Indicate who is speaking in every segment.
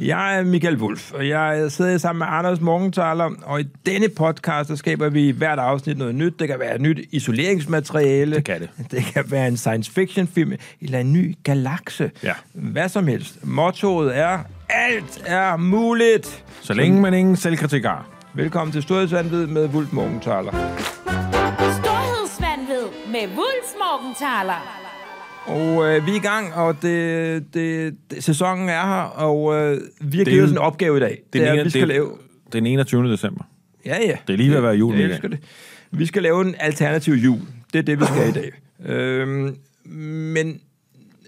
Speaker 1: Jeg er Michael Wolf, og jeg sidder sammen med Anders Morgenthaler, og i denne podcast, der skaber vi i hvert afsnit noget nyt. Det kan være et nyt isoleringsmateriale.
Speaker 2: Det kan det.
Speaker 1: Det kan være en science fiction film, eller en ny galakse.
Speaker 2: Ja.
Speaker 1: Hvad som helst. Mottoet er, alt er muligt.
Speaker 2: Så længe man ingen selvkritik har.
Speaker 1: Velkommen til Storhedsvandvid med Wolf Morgenthaler.
Speaker 3: Storhedsvandved med Wulf Morgenthaler.
Speaker 1: Og øh, vi er i gang, og det, det, det, sæsonen er her, og øh, vi har givet
Speaker 2: en-
Speaker 1: os en opgave i dag. Det, det er, at vi skal
Speaker 2: det,
Speaker 1: lave...
Speaker 2: den 21. december.
Speaker 1: Ja, ja.
Speaker 2: Det er lige ved at være jul,
Speaker 1: Jeg
Speaker 2: Michael.
Speaker 1: elsker det. Vi skal lave en alternativ jul. Det er det, vi skal i dag. Øhm, men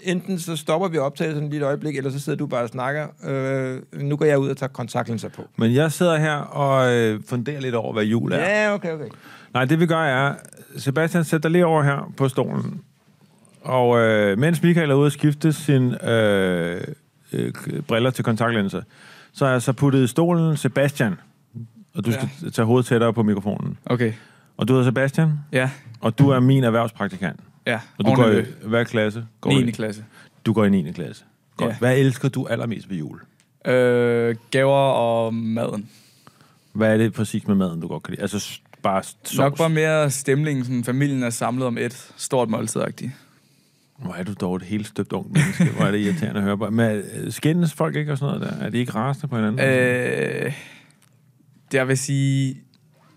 Speaker 1: enten så stopper vi optagelsen lige et øjeblik, eller så sidder du bare og snakker. Øh, nu går jeg ud og tager kontaktlinser på.
Speaker 2: Men jeg sidder her og øh, funderer lidt over, hvad jul er.
Speaker 1: Ja, okay, okay.
Speaker 2: Nej, det vi gør er, Sebastian sætter dig lige over her på stolen. Og øh, mens Michael er ude at skifte sin øh, øh, k- briller til kontaktlinser, så har jeg så puttet i stolen Sebastian. Og du
Speaker 4: Ja.
Speaker 2: skal ja. tage hovedet tættere på mikrofonen.
Speaker 4: Okay.
Speaker 2: Og du hedder Sebastian,
Speaker 4: Ja.
Speaker 2: og du er min erhvervspraktikant.
Speaker 4: Ja.
Speaker 2: Og du
Speaker 4: Ordentligt.
Speaker 2: går i hvad klasse? Går du i?
Speaker 4: 9. klasse.
Speaker 2: Du går i 9. klasse. Godt.
Speaker 4: Ja.
Speaker 2: Hvad elsker du allermest ved jul?
Speaker 4: Øh, gaver og maden.
Speaker 2: Hvad er det præcis med maden, du godt kan lide? Altså s- bare s- sovs?
Speaker 4: Nok bare mere stemningen, sådan familien er samlet om et stort måltidagtigt.
Speaker 2: Hvor er du dog et helt støbt ungt menneske. Hvor er det irriterende at høre på. Men øh, skændes folk ikke og sådan noget der? Er de ikke rasende på hinanden?
Speaker 4: Øh, det jeg vil sige,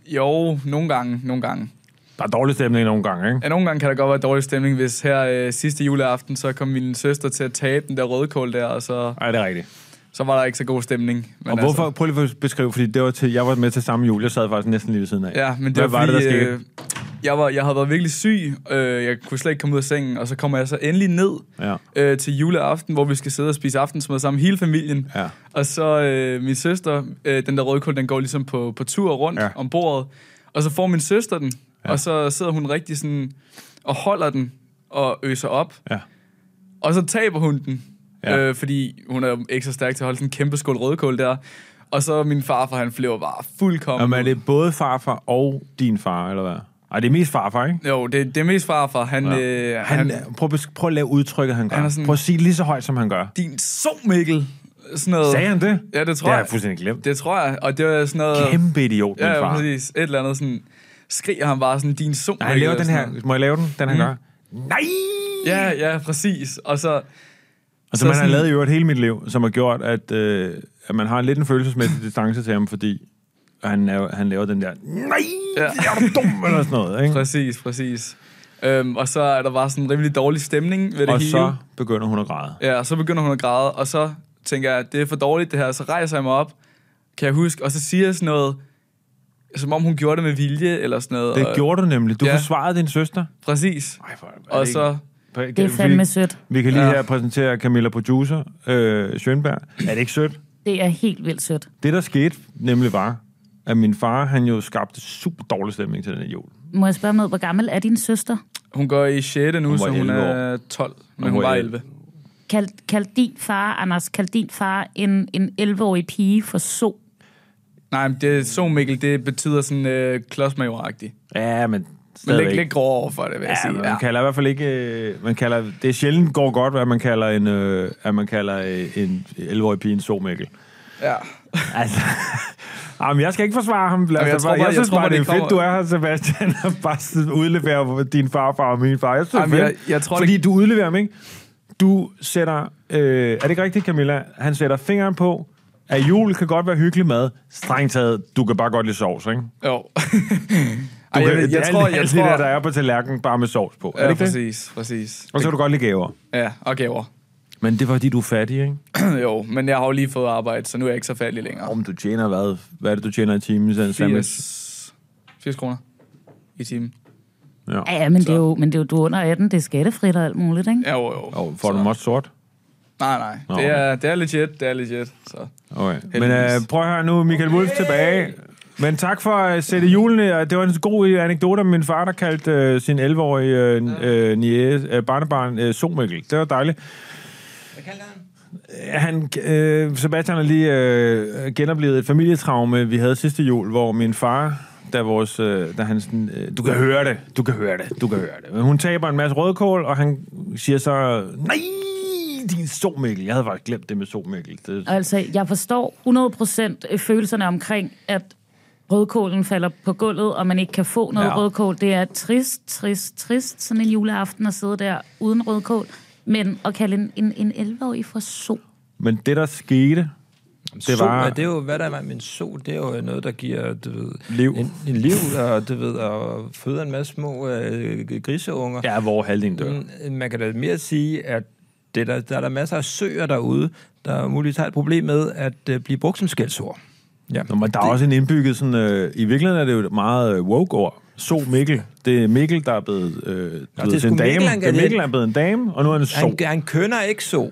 Speaker 4: jo, nogle gange, nogle gange.
Speaker 2: Der er dårlig stemning nogle gange, ikke?
Speaker 4: Ja, nogle gange kan der godt være dårlig stemning, hvis her øh, sidste juleaften, så kom min søster til at tabe den der rødkål der, og så,
Speaker 2: Nej, det er rigtigt.
Speaker 4: så var der ikke så god stemning. Men
Speaker 2: og hvorfor?
Speaker 4: Altså,
Speaker 2: Prøv lige at beskrive, fordi det var til, jeg var med til samme jul. Jeg sad faktisk næsten lige ved siden af.
Speaker 4: ja, men det
Speaker 2: Hvad var det, der
Speaker 4: fordi,
Speaker 2: skete?
Speaker 4: øh, jeg, var, jeg havde været virkelig syg, øh, jeg kunne slet ikke komme ud af sengen, og så kommer jeg så endelig ned,
Speaker 2: Ja.
Speaker 4: øh, til juleaften, hvor vi skal sidde og spise aftensmad sammen, hele familien.
Speaker 2: Ja.
Speaker 4: Og så øh, min søster, øh, den der rødkål, den går ligesom på, på tur rundt
Speaker 2: Ja.
Speaker 4: ja. om bordet. Og så får min søster den, ja. og så sidder hun rigtig sådan og holder den og øser op.
Speaker 2: Ja.
Speaker 4: Og så taber hun den,
Speaker 2: Ja.
Speaker 4: ja. øh, fordi hun er jo ikke så stærk til at holde sådan en kæmpe skål rødkål der. Og så min farfar, han flever bare fuldkommen.
Speaker 2: Jamen, er
Speaker 4: ud.
Speaker 2: det både farfar og din far, eller hvad? Nej, det er mest farfar, ikke?
Speaker 4: Jo, det, det er mest farfar. Han, ja. øh,
Speaker 2: Han,
Speaker 4: han,
Speaker 2: han, prøv, at besk- prøv at lave udtrykket, han gør.
Speaker 4: Han
Speaker 2: Han
Speaker 4: er
Speaker 2: sådan,
Speaker 4: sådan-
Speaker 2: prøv at sige det lige så højt, som han gør.
Speaker 4: din so, Mikkel. Sådan noget.
Speaker 2: Sagde han det?
Speaker 4: Ja, det tror
Speaker 2: Det har
Speaker 4: jeg.
Speaker 2: jeg fuldstændig glemt.
Speaker 4: Det tror jeg, og det var sådan noget...
Speaker 2: Kæmpe idiot, min
Speaker 4: ja,
Speaker 2: far.
Speaker 4: Ja, præcis. Et eller andet sådan... Skriger han bare sådan, din sol...
Speaker 2: Nej, han laver den her. Må jeg lave den? Den han
Speaker 4: Mm.
Speaker 2: gør. Nej!
Speaker 4: Ja, ja, præcis. Og så...
Speaker 2: Og
Speaker 4: Så
Speaker 2: som man har
Speaker 4: sådan-
Speaker 2: lavet i øvrigt hele mit liv, som har gjort, at, øh, at man har lidt en følelsesmæssig distance til ham, fordi han, er, jo- han laver den der, nej, ja.
Speaker 4: Ja.
Speaker 2: er du dum, eller sådan noget. Ikke?
Speaker 4: Præcis, præcis. Øhm, og så er der bare sådan en rimelig dårlig stemning ved det
Speaker 2: Og
Speaker 4: hele.
Speaker 2: så begynder hun at græde.
Speaker 4: Ja, og så begynder hun at græde, og så tænker jeg, det er for dårligt det her. Så rejser jeg mig op, kan jeg huske, og så siger jeg sådan noget, som om hun gjorde det med vilje, eller sådan noget.
Speaker 2: Det
Speaker 4: og,
Speaker 2: gjorde du nemlig. Du ja.
Speaker 4: Ja.
Speaker 2: forsvarede din søster.
Speaker 4: Præcis.
Speaker 2: Ej, for, er det
Speaker 4: Og
Speaker 2: ikke-
Speaker 4: så...
Speaker 2: Kan-
Speaker 5: Det er
Speaker 2: vi-
Speaker 5: fandme sødt.
Speaker 2: Vi kan lige
Speaker 4: Ja.
Speaker 2: her præsentere Camilla Producer, øh, Sjønberg. Er det ikke sødt?
Speaker 5: Det er helt vildt sødt.
Speaker 2: Det, der skete nemlig var, at min far, han jo skabte super dårlig stemning til den her jul.
Speaker 5: Må jeg spørge med, hvor gammel er din søster?
Speaker 4: Hun går i 6. nu,
Speaker 2: Hun
Speaker 4: hun
Speaker 2: var
Speaker 4: så hun
Speaker 2: 11 år.
Speaker 4: er 12,
Speaker 2: Hun
Speaker 4: men hun, hun
Speaker 2: var
Speaker 4: var
Speaker 2: 11.
Speaker 4: 11.
Speaker 5: Kald, kald din far, Anders, kald din far en, en 11-årig pige for so.
Speaker 4: Nej, men det, så Mikkel, det betyder sådan øh, klodsmajor-agtigt.
Speaker 2: Ja, men
Speaker 4: Men
Speaker 2: stadigvæk.
Speaker 4: lidt, lidt grov over for det, vil jeg
Speaker 2: Ja,
Speaker 4: sige.
Speaker 2: man kalder i hvert fald ikke... øh, Man kalder, det er sjældent går godt, hvad man kalder en, øh, at man kalder øh, en 11-årig pige en somækkel.
Speaker 4: ja.
Speaker 2: Altså... Jamen, jeg skal ikke forsvare ham. Lad os
Speaker 4: Jamen, jeg
Speaker 2: da
Speaker 4: tror
Speaker 2: bare,
Speaker 4: bare-
Speaker 2: jeg,
Speaker 4: jeg
Speaker 2: synes
Speaker 4: tror
Speaker 2: bare,
Speaker 4: bare,
Speaker 2: det er
Speaker 4: det
Speaker 2: fedt, du
Speaker 4: kommer-
Speaker 2: er her, Sebastian, og bare sådan udleverer din farfar og min far. Jeg synes,
Speaker 4: Jamen,
Speaker 2: det er
Speaker 4: jeg- jeg tror, det-
Speaker 2: Fordi du udleverer ham, ikke? Du sætter... Øh, er det ikke rigtigt, Camilla? Han sætter fingeren på, at jul kan godt være hyggelig mad. Strengt taget, du kan bare godt lide sovs, ikke?
Speaker 4: Jo.
Speaker 2: Du
Speaker 4: Ej,
Speaker 2: kan,
Speaker 4: jeg, jeg,
Speaker 2: det er
Speaker 4: tror,
Speaker 2: alt
Speaker 4: jeg
Speaker 2: det der, der
Speaker 4: tror...
Speaker 2: er på tallerkenen, bare med sovs på. er det
Speaker 4: Ja,
Speaker 2: ikke det?
Speaker 4: præcis, præcis.
Speaker 2: Og så kan du godt lide gaver.
Speaker 4: Ja, og gaver.
Speaker 2: Men det var, fordi du er fattig, ikke?
Speaker 4: jo, men jeg har jo lige fået arbejde, så nu er jeg ikke så fattig længere.
Speaker 2: Om du tjener hvad? Hvad er det, du tjener i timen? Sådan en sandwich?
Speaker 4: 80, 80 kroner i timen.
Speaker 2: Ja.
Speaker 5: Ja, ja men, det er jo, men det er jo, du er under 18, det er skattefrit og alt muligt, ikke?
Speaker 4: Ja, jo, jo.
Speaker 2: Og får
Speaker 4: Så-
Speaker 2: du meget sort?
Speaker 4: Nej, nej.
Speaker 2: Nå,
Speaker 4: Det er, det er legit, det er legit. Så.
Speaker 2: Okay. Men
Speaker 4: Heldigvis.
Speaker 2: øh, prøv at høre nu, Michael Wolf tilbage. Men tak for at sætte julene. og Det var en god øh, anekdote om min far, der kaldte øh, sin 11-årige øh, øh, niece, øh, barnebarn øh, Somikkel. Det var dejligt.
Speaker 1: Hvad kalder han?
Speaker 2: Han, øh, Sebastian har lige øh, genoplevet et familietraume, vi havde sidste jul, hvor min far, da, vores, øh, da han sådan, øh, du kan høre det, du kan høre det, du kan høre det. Men hun taber en masse rødkål, og han siger så, nej, din so, Mikkel. Jeg havde faktisk glemt det med so, Mikkel. Det,
Speaker 5: Altså, jeg forstår 100% følelserne omkring, at rødkålen falder på gulvet, og man ikke kan få noget
Speaker 2: Ja.
Speaker 5: ja. rødkål. Det er trist, trist, trist, sådan en juleaften at sidde der uden rødkål. Men at kalde en, en, en 11-årig for so.
Speaker 2: men det, der skete,
Speaker 1: Det
Speaker 2: var-
Speaker 1: var... Sol, er det er jo, hvad der er med en sol, det er jo noget, der giver, du ved,
Speaker 2: Liv.
Speaker 1: En, en liv, og du ved, og føder en masse små øh, griseunger.
Speaker 2: der er hvor halvdelen dør.
Speaker 1: Men øh, Man kan da mere sige, at det der, der er der masser af søer derude, der muligvis har et problem med at øh, blive brugt som skældsord. Ja.
Speaker 2: Nå, men der er også en indbygget sådan... Øh, I virkeligheden er det jo et meget øh, woke-ord. So Mikkel. Det er Mikkel, der er blevet, øh, du
Speaker 1: det er
Speaker 2: ved, til en
Speaker 1: sgu Mikkel,
Speaker 2: dame.
Speaker 1: han
Speaker 2: Det er
Speaker 1: kan-
Speaker 2: Mikkel, han er blevet en dame, og nu er han so.
Speaker 1: Han, han kønner ikke så.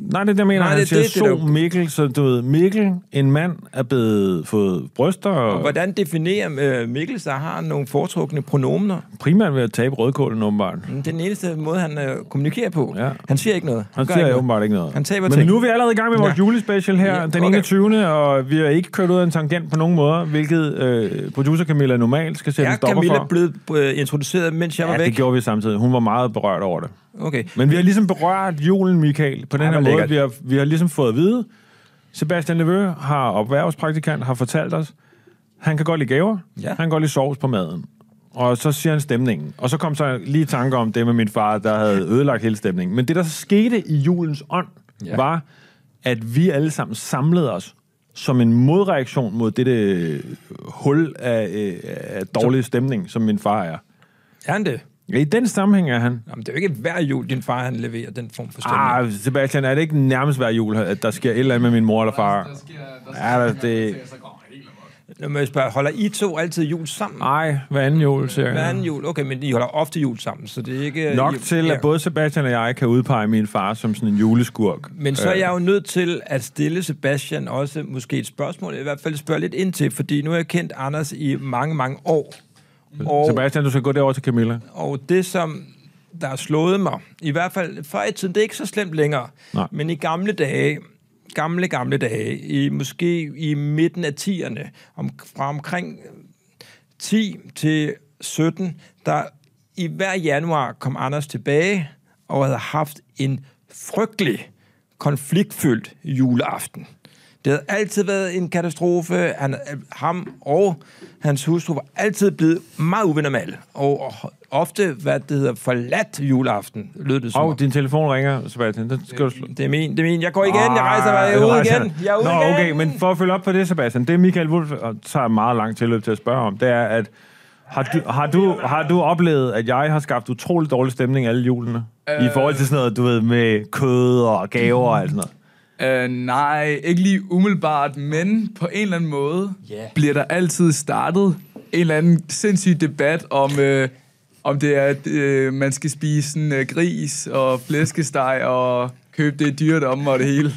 Speaker 2: Nej, det er det, jeg mener.
Speaker 1: Nej,
Speaker 2: han
Speaker 1: det er
Speaker 2: siger
Speaker 1: det, det er
Speaker 2: so
Speaker 1: der jo-
Speaker 2: Mikkel, så du ved, Mikkel, en mand, er blevet fået bryster, og
Speaker 1: Hvordan definerer øh, Mikkel sig, har han nogle foretrukne pronomener?
Speaker 2: primært ved at tabe rødkålen, åbenbart.
Speaker 1: Det er den eneste måde, han øh, kommunikerer på.
Speaker 2: Ja.
Speaker 1: Han siger ikke noget.
Speaker 2: Han
Speaker 1: gør
Speaker 2: siger
Speaker 1: ikke noget.
Speaker 2: åbenbart ikke noget.
Speaker 1: Han taber
Speaker 2: Men
Speaker 1: ting.
Speaker 2: nu er vi allerede i gang med vores ja.
Speaker 1: Ja.
Speaker 2: julespecial her,
Speaker 1: Ja,
Speaker 2: den
Speaker 1: okay.
Speaker 2: 21. Og vi har ikke kørt ud af en tangent på nogen måder, hvilket øh, producer Camilla normalt skal sætte en
Speaker 1: Er
Speaker 2: stopper
Speaker 1: Camilla
Speaker 2: for.
Speaker 1: blevet øh, introduceret, mens jeg var
Speaker 2: ja,
Speaker 1: væk?
Speaker 2: det gjorde vi samtidig. Hun var meget berørt over det.
Speaker 1: Okay.
Speaker 2: Men vi har ligesom berørt julen, Michael, på den
Speaker 1: Ej,
Speaker 2: her
Speaker 1: Ah, hvor
Speaker 2: måde.
Speaker 1: lækkert.
Speaker 2: Vi har, vi har ligesom fået at vide, Sebastian Levø har opværvspraktikant, har fortalt os, han kan godt lide gaver,
Speaker 1: Ja.
Speaker 2: han kan godt lide sovs på maden. Og så siger han stemningen. Og så kom så lige i tanke om det med min far, der havde ødelagt hele stemningen. Men det, der så skete i julens ånd, ja.
Speaker 1: Ja.
Speaker 2: var, at vi alle sammen samlede os som en modreaktion mod dette øh, hul af, øh, af dårlig stemning, som min far er.
Speaker 1: Er han det?
Speaker 2: Ja, I den sammenhæng er han
Speaker 1: Jamen, det er jo ikke hver jul, din far han leverer den form for stemning.
Speaker 2: Ah, Sebastian, er det ikke nærmest hver jul, at der sker et eller andet med min mor eller far?
Speaker 4: Der sker, der sker,
Speaker 2: Ja, der- det...
Speaker 1: Når man spørger, holder I to altid jul sammen?
Speaker 2: Nej, hver anden jul, siger
Speaker 1: Hver
Speaker 2: jeg.
Speaker 1: anden jul? Okay, men I holder ofte jul sammen, så det er ikke... øh,
Speaker 2: Nok
Speaker 1: I,
Speaker 2: til, at både Sebastian og jeg kan udpege min far som sådan en juleskurk. Øh,
Speaker 1: Men så er jeg jo nødt til at stille Sebastian også måske et spørgsmål, i hvert fald spørge lidt ind til, fordi nu har jeg kendt Anders i mange, mange år. Og,
Speaker 2: Sebastian, du skal gå derover til Camilla.
Speaker 1: og det, som der har slået mig, i hvert fald før i tiden, det er ikke så slemt længere,
Speaker 2: Nej.
Speaker 1: men i gamle dage, gamle, gamle dage, i, måske i midten af 10'erne, om, fra omkring 10 til 17, der i hver januar kom Anders tilbage og havde haft en frygtelig konfliktfyldt juleaften. Det havde altid været en katastrofe. Han, ham og hans hustru var altid blevet meget uvenner med alle, og, og ofte, hvad det hedder, forladt juleaften, lød det som.
Speaker 2: Og
Speaker 1: om.
Speaker 2: din telefon ringer, Sebastian. Den skal du slå.
Speaker 1: Det er min, det er min. Jeg går igen, jeg rejser mig, jeg
Speaker 2: Ah,
Speaker 1: er ude
Speaker 2: rejser
Speaker 1: igen.
Speaker 2: dig.
Speaker 1: Jeg er ude
Speaker 2: Nå,
Speaker 1: igen.
Speaker 2: okay, men for at følge op på det, Sebastian, det Michael Wolf tager meget lang tilløb til at spørge om, det er, at har du, har, du, har du oplevet, at jeg har skabt utrolig dårlig stemning alle julene? Øh... I forhold til sådan noget, du ved, med kød og gaver og alt sådan noget.
Speaker 4: Øh, nej, ikke lige umiddelbart, men på en eller anden måde yeah. bliver der altid startet en eller anden sindssyg debat om, øh, om det er, at øh, man skal spise sådan, øh, gris og flæskesteg og købe det dyrt om og det hele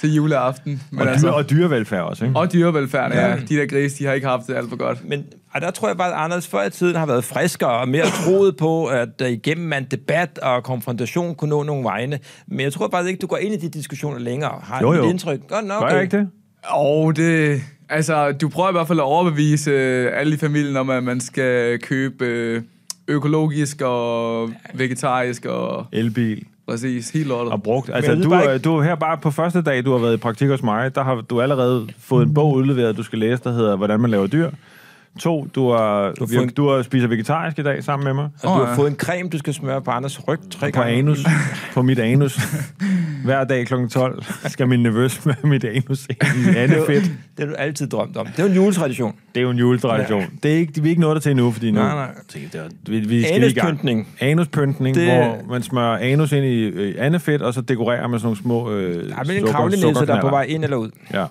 Speaker 4: til juleaften. Men
Speaker 2: Og, dyre,
Speaker 4: altså,
Speaker 2: og dyrevelfærd også, ikke?
Speaker 4: og dyrevelfærden, ja. De der grise, de har ikke haft det alt for godt.
Speaker 1: Men og der tror jeg bare, at Anders før i tiden har været friskere og mere troet på, at øh, igennem en debat og konfrontation kunne nå nogle vegne. Men jeg tror bare ikke, du går ind i de diskussioner længere. Har
Speaker 2: Jo,
Speaker 1: jo, jo.
Speaker 2: jo.
Speaker 1: et indtryk? Godt nok.
Speaker 2: Gør jeg ikke det?
Speaker 4: Og det... Altså, du prøver i hvert fald at overbevise øh, alle i familien om, at man skal købe øh, økologisk og vegetarisk og
Speaker 2: Elbil
Speaker 4: præcis helt lortet.
Speaker 2: og brugt.
Speaker 1: jeg
Speaker 2: Altså,
Speaker 1: ved
Speaker 2: du,
Speaker 1: bare
Speaker 2: er-
Speaker 1: ikke-
Speaker 2: du er her bare på første dag, du har været i praktik hos mig, der har du allerede fået en bog udleveret, du skal læse, der hedder Hvordan man laver dyr. To, du, har, du,
Speaker 1: har fået en-
Speaker 2: du har spiser vegetarisk i dag sammen med mig.
Speaker 1: Og Altså, du
Speaker 4: Åh,
Speaker 1: har
Speaker 4: ja.
Speaker 1: fået en creme, du skal smøre på Anders ryg tre
Speaker 2: på
Speaker 1: gange.
Speaker 2: anus, på mit anus. Hver dag kl. 12 skal min nervøs med mit anus ind i andet fedt.
Speaker 1: Det har du altid drømt om. Det er jo en juletradition.
Speaker 2: Det er jo en juletradition. Ja. Det er ikke, vi er ikke nået til endnu, fordi nu...
Speaker 1: Nej, nej.
Speaker 2: Det er, vi, vi skal lige i gang.
Speaker 1: Anuspyntning.
Speaker 2: Anuspyntning, det...
Speaker 1: Det-
Speaker 2: hvor man smører anus ind i øh, andet fedt, og så dekorerer med sådan nogle små øh,
Speaker 1: Der er vel en kravlenæse, der er på vej ind eller ud.
Speaker 2: Ja.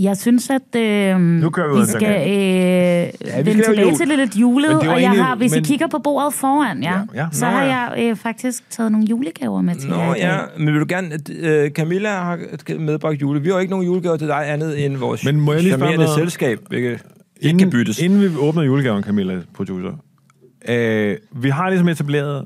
Speaker 5: Jeg synes, at øh, nu
Speaker 2: kører vi ud
Speaker 5: vi
Speaker 2: af den her.
Speaker 5: skal øh, ja, vende
Speaker 2: lave
Speaker 5: tilbage
Speaker 2: jul.
Speaker 5: til det lidt
Speaker 2: Men
Speaker 5: julet,
Speaker 2: det var
Speaker 5: og jeg
Speaker 2: egentlig-
Speaker 5: har, hvis
Speaker 2: men-
Speaker 5: I kigger på bordet foran jer,
Speaker 2: Ja,
Speaker 5: ja,
Speaker 2: ja.
Speaker 5: ja. så
Speaker 2: Nå,
Speaker 5: har
Speaker 2: ja.
Speaker 5: jeg øh, faktisk taget nogle julegaver med til jer
Speaker 1: Nå
Speaker 5: i dag.
Speaker 1: ja, men vil du gerne... at, Øh, Camilla har medbragt jule. Vi har jo ikke nogen julegaver til dig andet end vores
Speaker 2: Men må jeg lige spørge om
Speaker 1: charmerende
Speaker 2: noget?
Speaker 1: selskab, hvilket ikke kan byttes.
Speaker 2: Inden vi åbner julegaven, Camilla, producer. Øh, vi har ligesom etableret,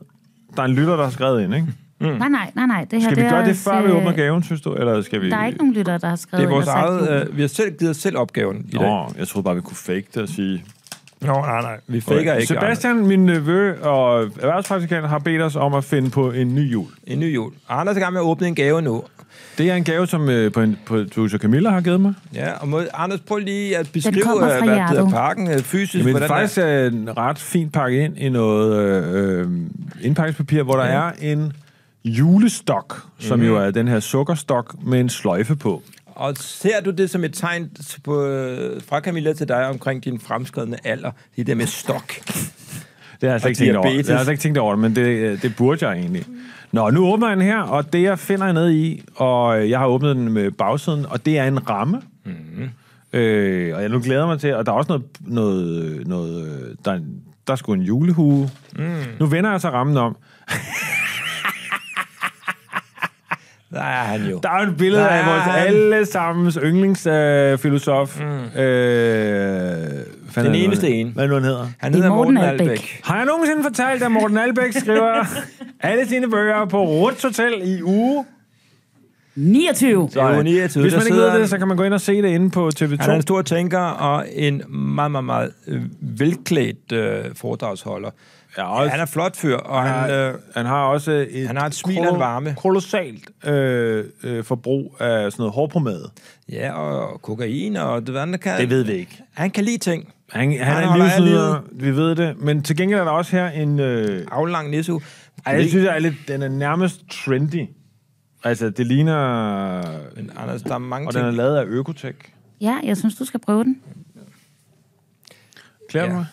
Speaker 2: der er en lytter, der har skrevet ind, ikke?
Speaker 5: Nej, nej, nej, nej. Det her,
Speaker 2: Mm. Skal vi
Speaker 5: er
Speaker 2: gøre det,
Speaker 5: os,
Speaker 2: før vi
Speaker 5: øh,
Speaker 2: åbner gaven, synes du? Eller skal vi...
Speaker 5: Der er ikke nogen lytter, der har
Speaker 1: Det
Speaker 5: skrevet
Speaker 1: er vores
Speaker 5: ind og sagt,
Speaker 1: eget... Øh, vi har selv givet os selv opgaven i dag.
Speaker 2: Nå, jeg troede bare, vi kunne fake det og sige...
Speaker 1: Nå, nej, nej. Vi faker ikke.
Speaker 2: Sebastian, min nevø og erhvervspraktikant, har bedt os om at finde på en ny jul.
Speaker 1: Anders. En ny jul. Anders er i gang med at åbne en gave nu.
Speaker 2: Det er en gave, som øh, på en, på, producer Camilla har givet mig.
Speaker 1: Ja, og må, Anders, prøv lige at beskrive,
Speaker 5: kommer fra
Speaker 1: øh, hvad det hedder
Speaker 5: hjertet.
Speaker 1: parken øh, fysisk.
Speaker 2: Men
Speaker 1: hvordan
Speaker 2: Hvordan faktisk er en ret fint pakket ind i noget øh, øh, indpakkespapir, hvor der ja. er en julestok, som mm-hmm. jo er den her sukkerstok med en sløjfe på.
Speaker 1: er. Og ser du det som et tegn på, øh, fra Camilla til dig omkring din fremskredende alder? Det der med stok.
Speaker 2: Det har jeg slet
Speaker 1: Og
Speaker 2: ikke tænkt over. Det
Speaker 1: diabetes.
Speaker 2: har jeg slet ikke tænkt over, men det, øh, det burde jeg egentlig. Nå, nu åbner jeg den her, og det jeg finder jeg nede i, og jeg har åbnet den med bagsiden, og det er en ramme.
Speaker 1: Mhm.
Speaker 2: Mm-hmm. Øh, og jeg nu glæder mig til, og der er også noget, noget, noget øh, der, er en- der er sgu en julehue. Mm. Nu vender jeg så rammen om.
Speaker 1: Der er han jo.
Speaker 2: Der er jo et billede
Speaker 1: Nej.
Speaker 2: af vores allesammens yndlingsfilosof. Øh, mm. øh,
Speaker 1: Den eneste ene.
Speaker 2: Hvad nu han hedder?
Speaker 1: Han
Speaker 5: Det er
Speaker 1: hedder Morten,
Speaker 5: Morten
Speaker 1: Albæk.
Speaker 5: Albæk.
Speaker 2: Har jeg nogensinde fortalt, at Morten Albæk skriver alle sine bøger på Ruts Hotel i uge?
Speaker 1: øh,
Speaker 5: 29.
Speaker 1: Det er jo 29,
Speaker 2: Hvis
Speaker 1: der
Speaker 2: man ikke ved
Speaker 1: sidder
Speaker 2: det, så kan man gå ind og se det inde på TV2.
Speaker 1: Han er en stor tænker og en meget, meget, meget øh, velklædt øh, foredragsholder.
Speaker 2: Ja,
Speaker 1: Og
Speaker 2: også,
Speaker 1: han er flot fyr, og
Speaker 2: han,
Speaker 1: han,
Speaker 2: har,
Speaker 1: øh,
Speaker 2: han har også et,
Speaker 1: han har et smil og en varme.
Speaker 2: kolossalt øh, øh, forbrug af sådan noget hårpromade.
Speaker 1: ja, og kokain, og det, andet kan,
Speaker 2: vi ikke.
Speaker 1: han kan lide ting.
Speaker 2: Han, han,
Speaker 1: Han
Speaker 2: han er en
Speaker 1: holder af
Speaker 2: livsnyder, vi ved det. Men til gengæld er der også her en... Øh,
Speaker 1: Aflang Altså, nisse.
Speaker 2: Ej, jeg synes, jeg er lidt, den er nærmest trendy. Altså, det ligner...
Speaker 1: Men Anders, der er mange
Speaker 2: Og den er
Speaker 1: ting.
Speaker 2: lavet af Økotech.
Speaker 5: Ja, jeg synes, du skal prøve den.
Speaker 2: Klæder
Speaker 1: Ja.
Speaker 2: ja. mig?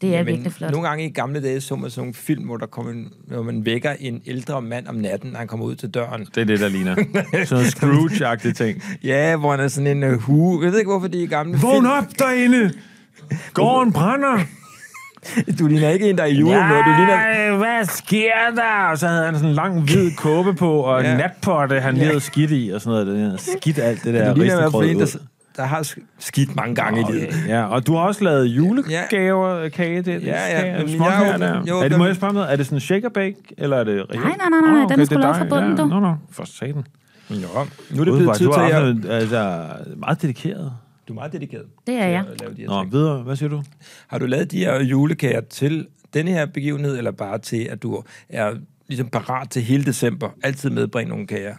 Speaker 5: Det er virkelig flot.
Speaker 1: Nogle gange i gamle dage så man sådan nogle film, hvor, der kom en, hvor man vækker en ældre mand om natten, når han kommer ud til døren.
Speaker 2: Det er det, der ligner. sådan noget Scrooge-agtig ting.
Speaker 1: Ja, hvor han er sådan en uh, hue. Jeg ved ikke, hvorfor de i gamle
Speaker 2: Vågn
Speaker 1: film...
Speaker 2: op derinde! Gården brænder!
Speaker 1: Du ligner ikke en, der er i julen. Ja. Du ligner...
Speaker 2: Nej, hvad sker der? Og så havde han sådan en lang, hvid kåbe på, og
Speaker 1: Ja.
Speaker 2: ja. natpotte, han lige havde skidt i, og sådan noget. Det der. Skidt alt det der
Speaker 1: Du ligner i hvert
Speaker 2: risengrød
Speaker 1: fald en,
Speaker 2: ud.
Speaker 1: der, der har sk- skidt mange gange i livet.
Speaker 2: Ja, og du har også lavet julegaver, ja. kage, det,
Speaker 1: Ja, ja,
Speaker 2: kage,
Speaker 1: men
Speaker 2: små
Speaker 1: jeg
Speaker 2: kager
Speaker 1: åbner-
Speaker 2: der.
Speaker 1: jeg
Speaker 2: er
Speaker 1: åbner-
Speaker 2: det, må jeg spørge om noget? Er det sådan shaker bake, eller er det reelt?
Speaker 5: nej, nej, nej, nej, den er sgu lavet fra bunden,
Speaker 2: ja.
Speaker 5: du.
Speaker 2: Nå, nå, for satan.
Speaker 1: Nå, nu er det blevet
Speaker 2: Udebart,
Speaker 1: tid
Speaker 2: du
Speaker 1: til,
Speaker 2: har
Speaker 1: at jeg...
Speaker 2: haft noget, altså, meget dedikeret.
Speaker 1: Du er meget dedikeret.
Speaker 5: Det er
Speaker 1: til
Speaker 5: jeg.
Speaker 1: at lave de her
Speaker 2: Nå,
Speaker 1: ting.
Speaker 2: videre, hvad siger du?
Speaker 1: Har du lavet de her julekager til denne her begivenhed, eller bare til, at du er ligesom parat til hele december? Altid medbringe nogle kager.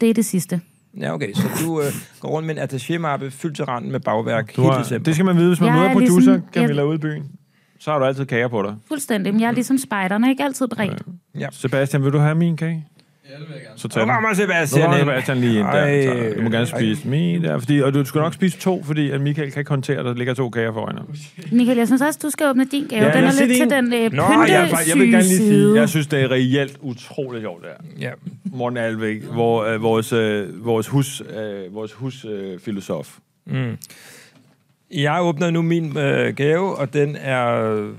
Speaker 5: Det er det sidste.
Speaker 1: Ja, okay. Så du øh, går rundt med en attaché-mappe fyldt til randen med bagværk
Speaker 2: du
Speaker 1: hele
Speaker 2: har,
Speaker 1: december.
Speaker 2: det skal man vide, hvis man
Speaker 5: Jeg
Speaker 2: møder
Speaker 5: er
Speaker 2: producer,
Speaker 5: ligesom-
Speaker 2: Camilla,
Speaker 5: jeg-
Speaker 2: ude i byen. Så har du altid kager på dig.
Speaker 5: Fuldstændig. Men jeg er ligesom spejderne, ikke altid beredt.
Speaker 1: Ja.
Speaker 2: Sebastian, vil du have min kage?
Speaker 4: Ja, det vil jeg gerne.
Speaker 2: Så tag
Speaker 1: Nu
Speaker 2: den.
Speaker 1: kommer
Speaker 2: Nu
Speaker 1: Sebastian
Speaker 2: kommer
Speaker 1: ind.
Speaker 2: Sebastian lige ind der.
Speaker 1: Ej.
Speaker 2: Så du må gerne spise min der. Fordi, og du skal nok spise to, fordi at Michael kan ikke håndtere, at der ligger to kager foran ham.
Speaker 5: Michael, jeg synes også, du skal åbne din gave.
Speaker 2: Ja,
Speaker 5: den
Speaker 2: jeg
Speaker 5: er
Speaker 2: ser
Speaker 5: lidt
Speaker 2: din-
Speaker 5: til den øh,
Speaker 1: Nå, jeg- jeg vil
Speaker 2: Jeg vil gerne lige sige,
Speaker 5: side.
Speaker 2: jeg synes, det er reelt utroligt sjovt, det her.
Speaker 1: Ja.
Speaker 2: Morten Alvæk, hvor, øh, vores, øh, vores hus, øh, vores husfilosof. Øh, filosof.
Speaker 1: mm. Jeg åbner nu min øh, gave, og den er,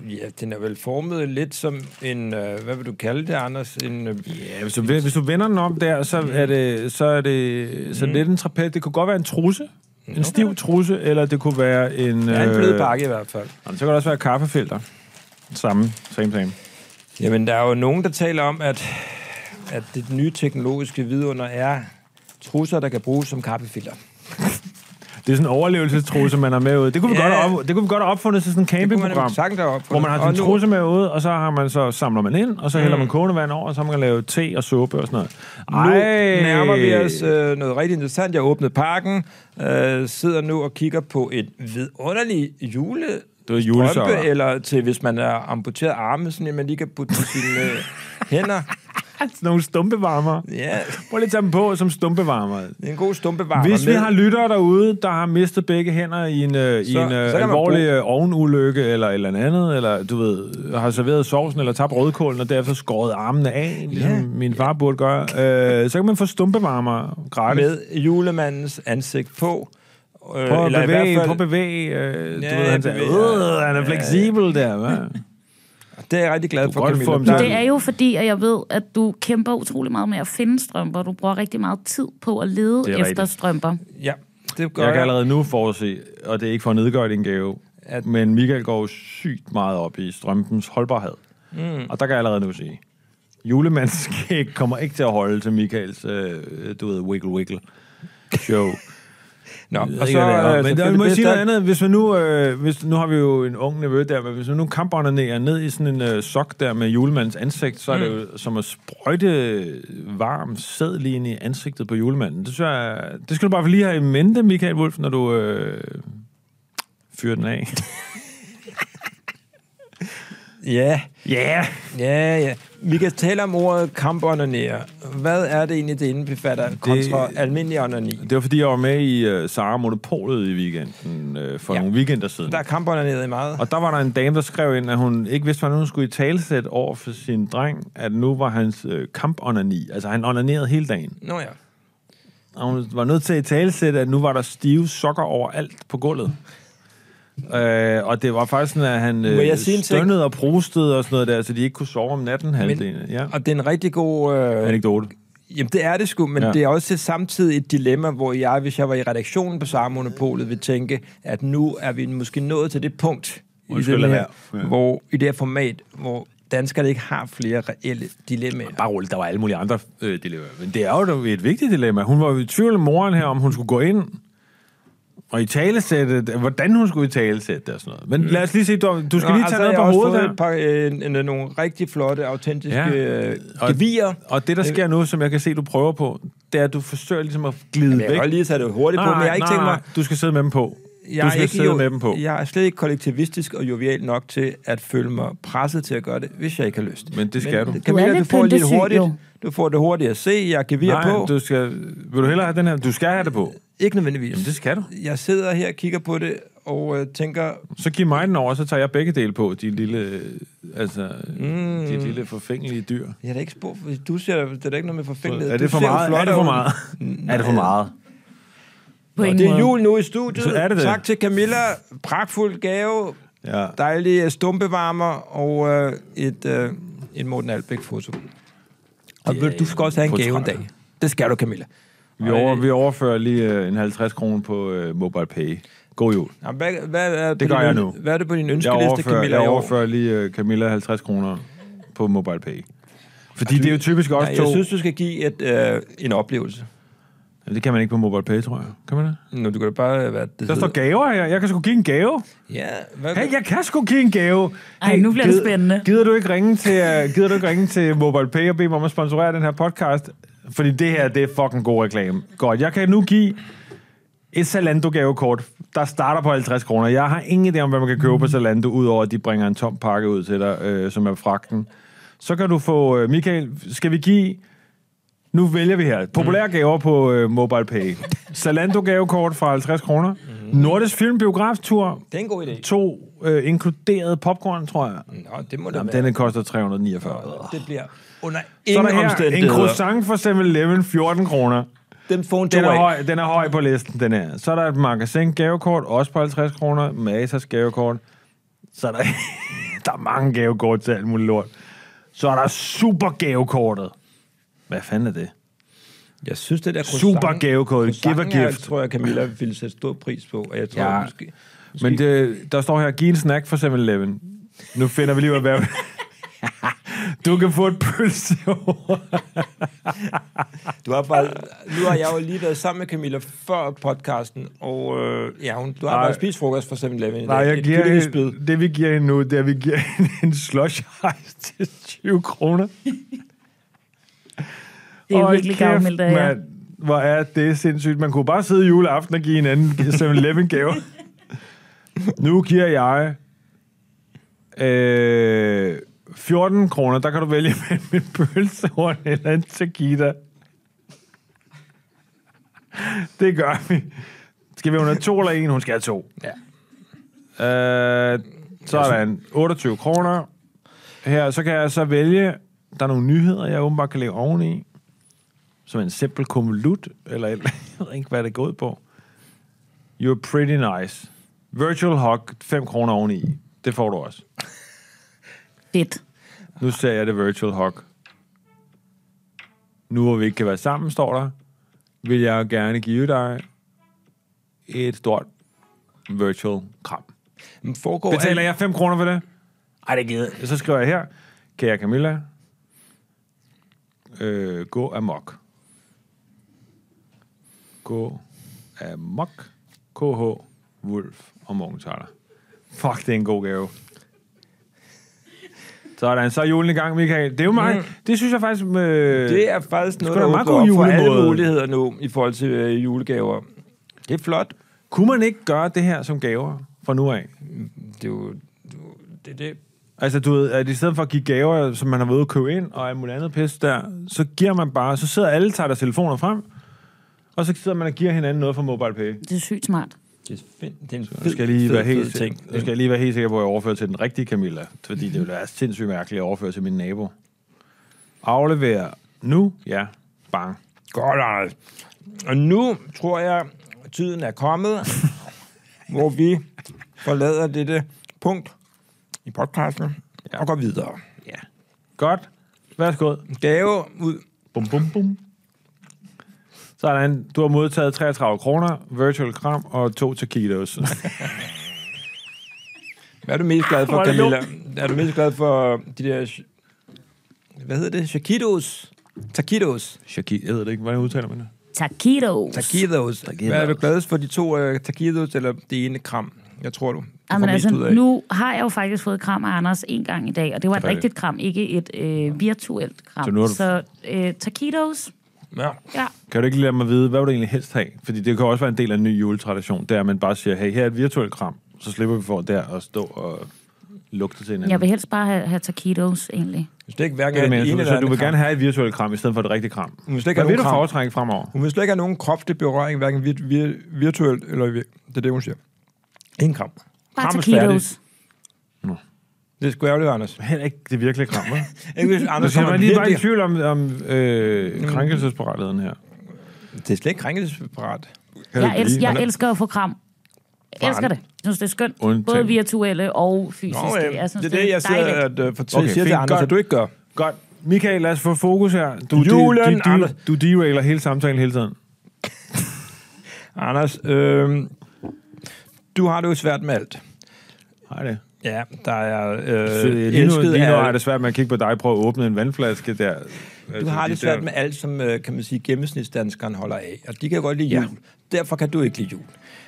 Speaker 1: ja, den er vel formet lidt som en, øh, hvad vil du kalde det, Anders? En, øh,
Speaker 2: ja, hvis du, hvis du vender den om der, så er det, så er det,
Speaker 1: Mm.
Speaker 2: så er det lidt en trapet. Det kunne godt være en trusse. En stiv trusse, eller det kunne være en...
Speaker 1: ja, en blød
Speaker 2: øh,
Speaker 1: pakke i hvert fald.
Speaker 2: Nå, men Så kan det også være kaffefilter. Samme, same, same.
Speaker 1: Jamen, der er jo nogen, der taler om, at, at det nye teknologiske vidunder er trusser, der kan bruges som kaffefilter.
Speaker 2: Det er sådan en overlevelsestrusse, man har med ud. Det kunne vi,
Speaker 1: Ja.
Speaker 2: ja. godt, have op, det kunne vi godt have opfundet til sådan et
Speaker 1: Det kunne
Speaker 2: campingprogram.
Speaker 1: man nemlig sagtens have opfundet.
Speaker 2: hvor man har
Speaker 1: Og
Speaker 2: sin
Speaker 1: nu-
Speaker 2: trusse med ud, og så, har man, så samler man ind, og så hælder man kogende vand over, og så man kan lave te og suppe og sådan noget.
Speaker 1: Nu nærmer vi os øh, noget rigtig interessant. Jeg åbnede pakken, øh, sidder nu og kigger på et vidunderligt jule
Speaker 2: Det var julesokker.
Speaker 1: strømpe, eller til, hvis man er amputeret arme, sådan at man lige kan putte på sine øh, hænder.
Speaker 2: Sådan nogle stumpevarmer.
Speaker 1: Ja,
Speaker 2: Prøv lige at tage dem på som stumpevarmer.
Speaker 1: det er en god stumpevarmer.
Speaker 2: Hvis vi
Speaker 1: med.
Speaker 2: har lyttere derude, der har mistet begge hænder i en, øh, i
Speaker 1: Så-
Speaker 2: en
Speaker 1: så
Speaker 2: øh,
Speaker 1: kan man
Speaker 2: alvorlig
Speaker 1: bruge-
Speaker 2: øh, ovenulykke eller et eller andet, eller du ved, har serveret sovsen eller tabt rødkålen og derefter skåret armene af, ligesom
Speaker 1: Ja.
Speaker 2: min far burde gøre, øh, så kan man få stumpevarmer gratis.
Speaker 1: med julemandens ansigt på. Øh,
Speaker 2: Prøv at bevæge, prøv at bevæge, øh,
Speaker 1: Ja,
Speaker 2: du ved, han siger,
Speaker 1: bevæge,
Speaker 2: "Øh, han er fleksibel der, hva?
Speaker 1: Det er jeg rigtig glad
Speaker 2: Du
Speaker 1: for,
Speaker 2: kan godt få dem
Speaker 1: Camilla. Der-
Speaker 2: til-
Speaker 5: Det er jo fordi, at jeg ved, at du kæmper utrolig meget med at finde strømper. Du bruger rigtig meget tid på at lede
Speaker 2: Det er
Speaker 5: efter
Speaker 2: rigtigt.
Speaker 5: strømper.
Speaker 1: Ja, det gør
Speaker 2: Jeg kan allerede nu forudse, og det er ikke for at nedgøre din gave,
Speaker 1: At-
Speaker 2: at... men Michael går jo sygt meget op i strømpens holdbarhed. Mm. Og der kan jeg allerede nu sige, julemandskæg kommer ikke til at holde til Michaels, øh, du ved, wiggle wiggle show.
Speaker 1: Nå,
Speaker 2: Jeg
Speaker 1: og
Speaker 2: ved ikke,
Speaker 1: så...
Speaker 2: hvad det er.
Speaker 1: øh,
Speaker 2: men der,
Speaker 1: selvfølgelig
Speaker 2: må jeg
Speaker 1: det-
Speaker 2: sige noget
Speaker 1: der-
Speaker 2: andet. Hvis man nu, øh, hvis, nu har vi jo en ung nevø der, men hvis man nu kampåndernerer ned i sådan en øh, sok der med julemandens ansigt, så er det jo som at sprøjte varm sæd lige ind i ansigtet på julemanden. Det, synes jeg, det skal du bare lige have i mente, Michael Wolf, når du øh, fyrer den af.
Speaker 1: Ja,
Speaker 2: Ja!
Speaker 1: ja, ja. Vi kan tale om ordet kampåndernære. Hvad er det egentlig, det indbefatter kontra almindelig onani?
Speaker 2: Det var fordi, jeg var med i øh, Sara Monopolet i weekenden øh, for
Speaker 1: Ja.
Speaker 2: ja. nogle weekender siden.
Speaker 1: Der er kampåndernæret i meget.
Speaker 2: Og der var der en dame, der skrev ind, at hun ikke vidste, hvordan hun skulle i talsæt over for sin dreng, at nu var hans øh, kamponani. Altså, han onanerede hele dagen.
Speaker 1: Nå ja.
Speaker 2: Og hun var nødt til at i talsæt, at nu var der stive sokker overalt på gulvet. Øh, og det var faktisk sådan, at han
Speaker 1: Må jeg
Speaker 2: øh,
Speaker 1: sige en ting?
Speaker 2: stønnede og prostede og sådan noget der, så de ikke kunne sove om natten halvdelen. Ja.
Speaker 1: Og det er en rigtig god... Øh,
Speaker 2: Anekdote.
Speaker 1: Jamen, det er det sgu, men ja.
Speaker 2: Ja.
Speaker 1: det er også samtidig et dilemma, hvor jeg, hvis jeg var i redaktionen på samme monopolet, ville tænke, at nu er vi måske nået til det punkt
Speaker 2: Undskyld,
Speaker 1: i, det
Speaker 2: lad
Speaker 1: her,
Speaker 2: være. Ja.
Speaker 1: hvor, i det her format, hvor danskerne ikke har flere reelle dilemmaer.
Speaker 2: Bare roligt, der var alle mulige andre øh, dilemmaer. Men det er jo et vigtigt dilemma. Hun var jo i tvivl med moren her, om hun skulle gå ind og i talesætte, hvordan hun skulle i talesætte det og sådan noget. Men lad os lige se, du, du skal Nå, lige tage
Speaker 1: Mm. altså, jeg
Speaker 2: noget
Speaker 1: har
Speaker 2: på
Speaker 1: også
Speaker 2: hovedet
Speaker 1: fået
Speaker 2: der.
Speaker 1: et par, øh, øh, nogle rigtig flotte, autentiske
Speaker 2: Ja.
Speaker 1: ja. øh,
Speaker 2: Og-
Speaker 1: gevier.
Speaker 2: Og det, der sker nu, som jeg kan se, du prøver på, det er, at du forsøger ligesom at glide
Speaker 1: Men jeg kan
Speaker 2: væk.
Speaker 1: godt lige tage det hurtigt på, men jeg har ikke tænkt mig...
Speaker 2: Du skal sidde med dem på.
Speaker 1: Jeg
Speaker 2: du
Speaker 1: er
Speaker 2: skal
Speaker 1: ikke
Speaker 2: sidde
Speaker 1: jo-
Speaker 2: med dem på.
Speaker 1: Jeg er slet ikke kollektivistisk og jovial nok til at føle mig presset til at gøre det, hvis jeg ikke har lyst.
Speaker 2: Men det skal du.
Speaker 5: Du er
Speaker 1: Camilla, du,
Speaker 5: lidt
Speaker 1: får det lidt
Speaker 5: pyntesyg,
Speaker 1: hurtigt.
Speaker 5: jo.
Speaker 1: Du får det hurtigt at se. Jeg kan
Speaker 2: Nej,
Speaker 1: vire på.
Speaker 2: du skal... Vil du hellere have den her? Du skal have det på.
Speaker 1: Ikke nødvendigvis.
Speaker 2: Jamen, det skal du.
Speaker 1: Jeg sidder her og kigger på det og øh, tænker,
Speaker 2: Så giv mig den over, så tager jeg begge dele på, de lille, øh, altså, mm. de lille forfængelige dyr.
Speaker 1: jeg er da ikke spor, for- du ser, det er da ikke noget med forfængelighed.
Speaker 2: Er
Speaker 1: Du
Speaker 2: det for
Speaker 1: ser jo
Speaker 2: meget? Er
Speaker 1: flot Mm.
Speaker 2: det for
Speaker 1: ud.
Speaker 2: meget? Er det for meget?
Speaker 5: På
Speaker 1: Og
Speaker 5: ingen
Speaker 1: det er
Speaker 5: måde.
Speaker 1: jul nu i studiet.
Speaker 2: Så er det det.
Speaker 1: Tak til Camilla. Pragtfuld gave.
Speaker 2: Ja.
Speaker 1: Dejlige øh, stumpevarmer og øh, et, øh, et Morten Albæk foto. Og ved du, du skal også have en gave en dag.
Speaker 2: portrætter.
Speaker 1: Det skal du, Camilla.
Speaker 2: Vi, over, vi overfører lige øh, en 50 kroner på øh, MobilePay. God jul.
Speaker 1: Nå, Hvad, hvad, er på
Speaker 2: Det gør
Speaker 1: din
Speaker 2: jeg
Speaker 1: øn-
Speaker 2: nu.
Speaker 1: Hvad er det på din
Speaker 2: Jeg
Speaker 1: ønskeliste,
Speaker 2: overfører,
Speaker 1: Camilla? i
Speaker 2: jeg
Speaker 1: år?
Speaker 2: overfører lige øh, Camilla 50 kroner på MobilePay. Fordi det er jo typisk også
Speaker 1: Nej,
Speaker 2: to.
Speaker 1: jeg synes, du skal give et, øh, en oplevelse.
Speaker 2: Ja, Det kan man ikke på MobilePay, tror jeg. Kan man det?
Speaker 1: Nu, du kan da bare være... Det
Speaker 2: Der står gaver her. Jeg kan sgu give en gave.
Speaker 1: Ja, hvad...
Speaker 2: Hey, jeg kan sgu give en gave.
Speaker 5: Ej,
Speaker 2: hey,
Speaker 5: nu bliver det spændende.
Speaker 2: Gider du ikke ringe til, uh, gider du ikke ringe til MobilePay og bede dem om at sponsorere den her podcast? Fordi det her, det er fucking god reklame. Godt, jeg kan nu give et Zalando-gavekort, der starter på 50 kroner. Jeg har ingen idé om, hvad man kan købe på Zalando, udover at de bringer en tom pakke ud til dig, øh, som er fragten. Så kan du få... Øh, Michael, skal vi give... Nu vælger vi her. Populære gaver på øh, MobilePay. Zalando gavekort fra 50 kroner. Mm. Nordisk Filmbiograftur
Speaker 1: Det er en god idé.
Speaker 2: to øh, inkluderede popcorn, tror jeg.
Speaker 1: Nå, det må da
Speaker 2: Jamen,
Speaker 1: være.
Speaker 2: denne koster 349.
Speaker 1: Det bliver under
Speaker 2: Så er
Speaker 1: ingen
Speaker 2: der her en
Speaker 1: omstændigheder.
Speaker 2: croissant for 7-Eleven, 14 kroner.
Speaker 1: Den får en to
Speaker 2: Den er,
Speaker 1: af.
Speaker 2: høj, den er høj på listen, den her. Så er der et magasin gavekort, også på 50 kroner. Matas gavekort. Så er der, der er mange gavekort til alt muligt lort. Så er der super gavekortet. Hvad fanden er det?
Speaker 1: Jeg synes, det der
Speaker 2: Super gavekort. Give a
Speaker 1: croissanten er-
Speaker 2: gift.
Speaker 1: tror jeg, Camilla ville sætte stor pris på. Og jeg tror,
Speaker 2: Ja.
Speaker 1: ja. måske...
Speaker 2: Men det, der står her, giv en snack for 7-Eleven. Nu finder vi lige ud af, hvad... Du kan få et pølsehår.
Speaker 1: Du har bare... Nu har jeg jo lige været sammen med Camilla før podcasten, og øh, ja, hun, du har
Speaker 2: Nej.
Speaker 1: bare spist frokost fra 7-Eleven i
Speaker 2: Nej,
Speaker 1: dag.
Speaker 2: jeg
Speaker 1: øh, Et
Speaker 2: giver
Speaker 1: kyllingespyd.
Speaker 2: hende, det vi giver hende nu, det er, at vi giver hende en slush ice til 20 kroner.
Speaker 5: Det er
Speaker 2: Hold
Speaker 5: virkelig gavmildt af jer.
Speaker 2: mand. Hvor er det sindssygt. Man kunne bare sidde juleaften og give hinanden 7-Eleven gave. nu giver jeg øh, 14 kroner. Der kan du vælge mellem en pølsehorn eller en taquita. Det gør vi. Skal vi under to eller en? Hun skal have to.
Speaker 1: Ja.
Speaker 2: Øh, sådan. 28 kroner. Her, så kan jeg så vælge... Der er nogle nyheder, jeg åbenbart kan lægge oveni. Som en simpel konvolut, eller et- jeg ved ikke, hvad det går ud på. You're pretty nice. Virtual hug, 5 kroner oveni. Det får du også.
Speaker 5: Fedt.
Speaker 2: Nu ser jeg det virtual hug. Nu hvor vi ikke kan være sammen, står der, vil jeg gerne give dig et stort virtual kram.
Speaker 1: Men foregår
Speaker 2: Betaler
Speaker 1: alt-
Speaker 2: jeg 5 kroner for det? Ej, det gider jeg. Så skriver jeg her, kære Camilla, øh, gå amok. Gå amok. KH, Wolf og Morgenthaler. Fuck, det er en god gave. Sådan, så er julen i gang, Michael. Det er jo mig. Mm. Det synes jeg faktisk... Øh,
Speaker 1: Det er faktisk noget,
Speaker 2: da
Speaker 1: der
Speaker 2: meget
Speaker 1: åbner
Speaker 2: god
Speaker 1: op for alle
Speaker 2: julemåde.
Speaker 1: muligheder nu i forhold til øh, julegaver. Det er flot.
Speaker 2: Kunne man ikke gøre det her som gaver fra nu af?
Speaker 1: Det er jo... du- Det, er det.
Speaker 2: Altså, du ved, at i stedet for at give gaver, som man har været ude at købe ind, og alt muligt andet pis der, så giver man bare, så sidder alle, tager deres telefoner frem, og så sidder man og giver hinanden noget fra MobilePay.
Speaker 5: Det er sygt smart.
Speaker 1: Det er, fed, det er en fed,
Speaker 2: Nu skal jeg lige
Speaker 1: fed,
Speaker 2: være
Speaker 1: fed
Speaker 2: helt,
Speaker 1: ting.
Speaker 2: ting. Nu skal jeg lige være helt sikker på, at jeg overfører til den rigtige Camilla, fordi det ville være sindssygt mærkeligt at overføre til min nabo. Aflever nu, ja, bang.
Speaker 1: Godt, Anders. Og nu tror jeg, at tiden er kommet, hvor vi forlader dette punkt i podcasten ja.
Speaker 2: Ja.
Speaker 1: og går videre.
Speaker 2: Godt. Værsgo.
Speaker 1: Gave ud.
Speaker 2: Bum, bum, bum. Sådan, du har modtaget 33 kroner, virtual kram og to taquitos.
Speaker 1: Hvad er du mest glad
Speaker 2: Hvor
Speaker 1: for,
Speaker 2: er det
Speaker 1: Camilla? Er du mest glad for de der... sh- Hvad hedder det? Shakitos? Takitos?
Speaker 2: Shaki, jeg ved det ikke, hvordan udtaler man det?
Speaker 5: Taquitos.
Speaker 1: Takitos. Hvad er du gladest for? De to uh, takitos eller det ene kram? Jeg tror du. du får
Speaker 5: Jamen,
Speaker 1: mest
Speaker 5: altså,
Speaker 1: ud af.
Speaker 5: nu har jeg jo faktisk fået kram af Anders en gang i dag, og det var et
Speaker 2: Selvfølgelig.
Speaker 5: rigtigt kram, ikke et øh, virtuelt kram.
Speaker 2: Så nu har du-
Speaker 5: så øh, taquitos,
Speaker 1: Ja.
Speaker 5: ja.
Speaker 2: Kan du ikke lade mig vide, hvad vil du egentlig helst have? Fordi det kan også være en del af en ny juletradition, der man bare siger, hey, her er et virtuelt kram, så slipper vi for der at stå og lugte til hinanden.
Speaker 5: Jeg vil helst bare have, have taquitos, egentlig.
Speaker 1: Hvis det ikke hverken
Speaker 2: Det
Speaker 1: er
Speaker 2: er det, jeg
Speaker 1: det ene
Speaker 2: mener.
Speaker 1: eller
Speaker 2: Så du
Speaker 1: andet
Speaker 2: vil
Speaker 1: kram.
Speaker 2: gerne have et virtuelt kram, i stedet for et rigtigt kram.
Speaker 1: Hun vil slet ikke
Speaker 2: Hvad
Speaker 1: have
Speaker 2: vil du
Speaker 1: nogen kram.
Speaker 2: foretrække fremover?
Speaker 1: Hun vil slet ikke have nogen kropslig berøring, hverken vir- vir- virtuelt eller... vir- det er det, hun siger. Ingen kram.
Speaker 5: Bare
Speaker 1: Kram er færdig.
Speaker 5: taquitos.
Speaker 1: Det er sgu ærgerligt, Anders.
Speaker 2: Heller ikke det virkelige kram, hva'?
Speaker 1: Ikke hvis
Speaker 2: Nu
Speaker 1: Anders
Speaker 2: skal
Speaker 1: kommer
Speaker 2: man lige bare i
Speaker 1: virkelig...
Speaker 2: tvivl om, om øh, krænkelsesparatheden her.
Speaker 1: Det er slet ikke krænkelsesparat.
Speaker 5: Jeg, elsker, jeg elsker at få kram. Jeg elsker det. Jeg synes, det er skønt.
Speaker 2: Undtagen.
Speaker 5: Både virtuelle og fysiske.
Speaker 1: Nå, øh,
Speaker 5: jeg synes,
Speaker 1: det er det, jeg
Speaker 5: dejligt.
Speaker 1: siger, at, øh, for til,
Speaker 2: Okay,
Speaker 1: okay, siger til
Speaker 2: fint.
Speaker 1: Anders,
Speaker 2: Godt.
Speaker 1: at du ikke gør.
Speaker 2: Godt. Michael, lad os få fokus her. Du,
Speaker 1: Julen,
Speaker 2: du, du,
Speaker 1: Anders.
Speaker 2: du derailer hele samtalen hele tiden.
Speaker 1: Anders, øh, du har det jo svært med alt.
Speaker 2: Hej det.
Speaker 1: Ja, der er
Speaker 2: Så,
Speaker 1: øh,
Speaker 2: lige nu,
Speaker 1: elsket
Speaker 2: lige nu er
Speaker 1: af...
Speaker 2: det svært med at kigge på dig og prøve at åbne en vandflaske der.
Speaker 1: Du
Speaker 2: Altså,
Speaker 1: har
Speaker 2: de
Speaker 1: det svært
Speaker 2: der-
Speaker 1: med alt, som øh, kan man sige, gennemsnitsdanskeren holder af. Og de kan godt lide jul. Derfor kan du ikke lide jul.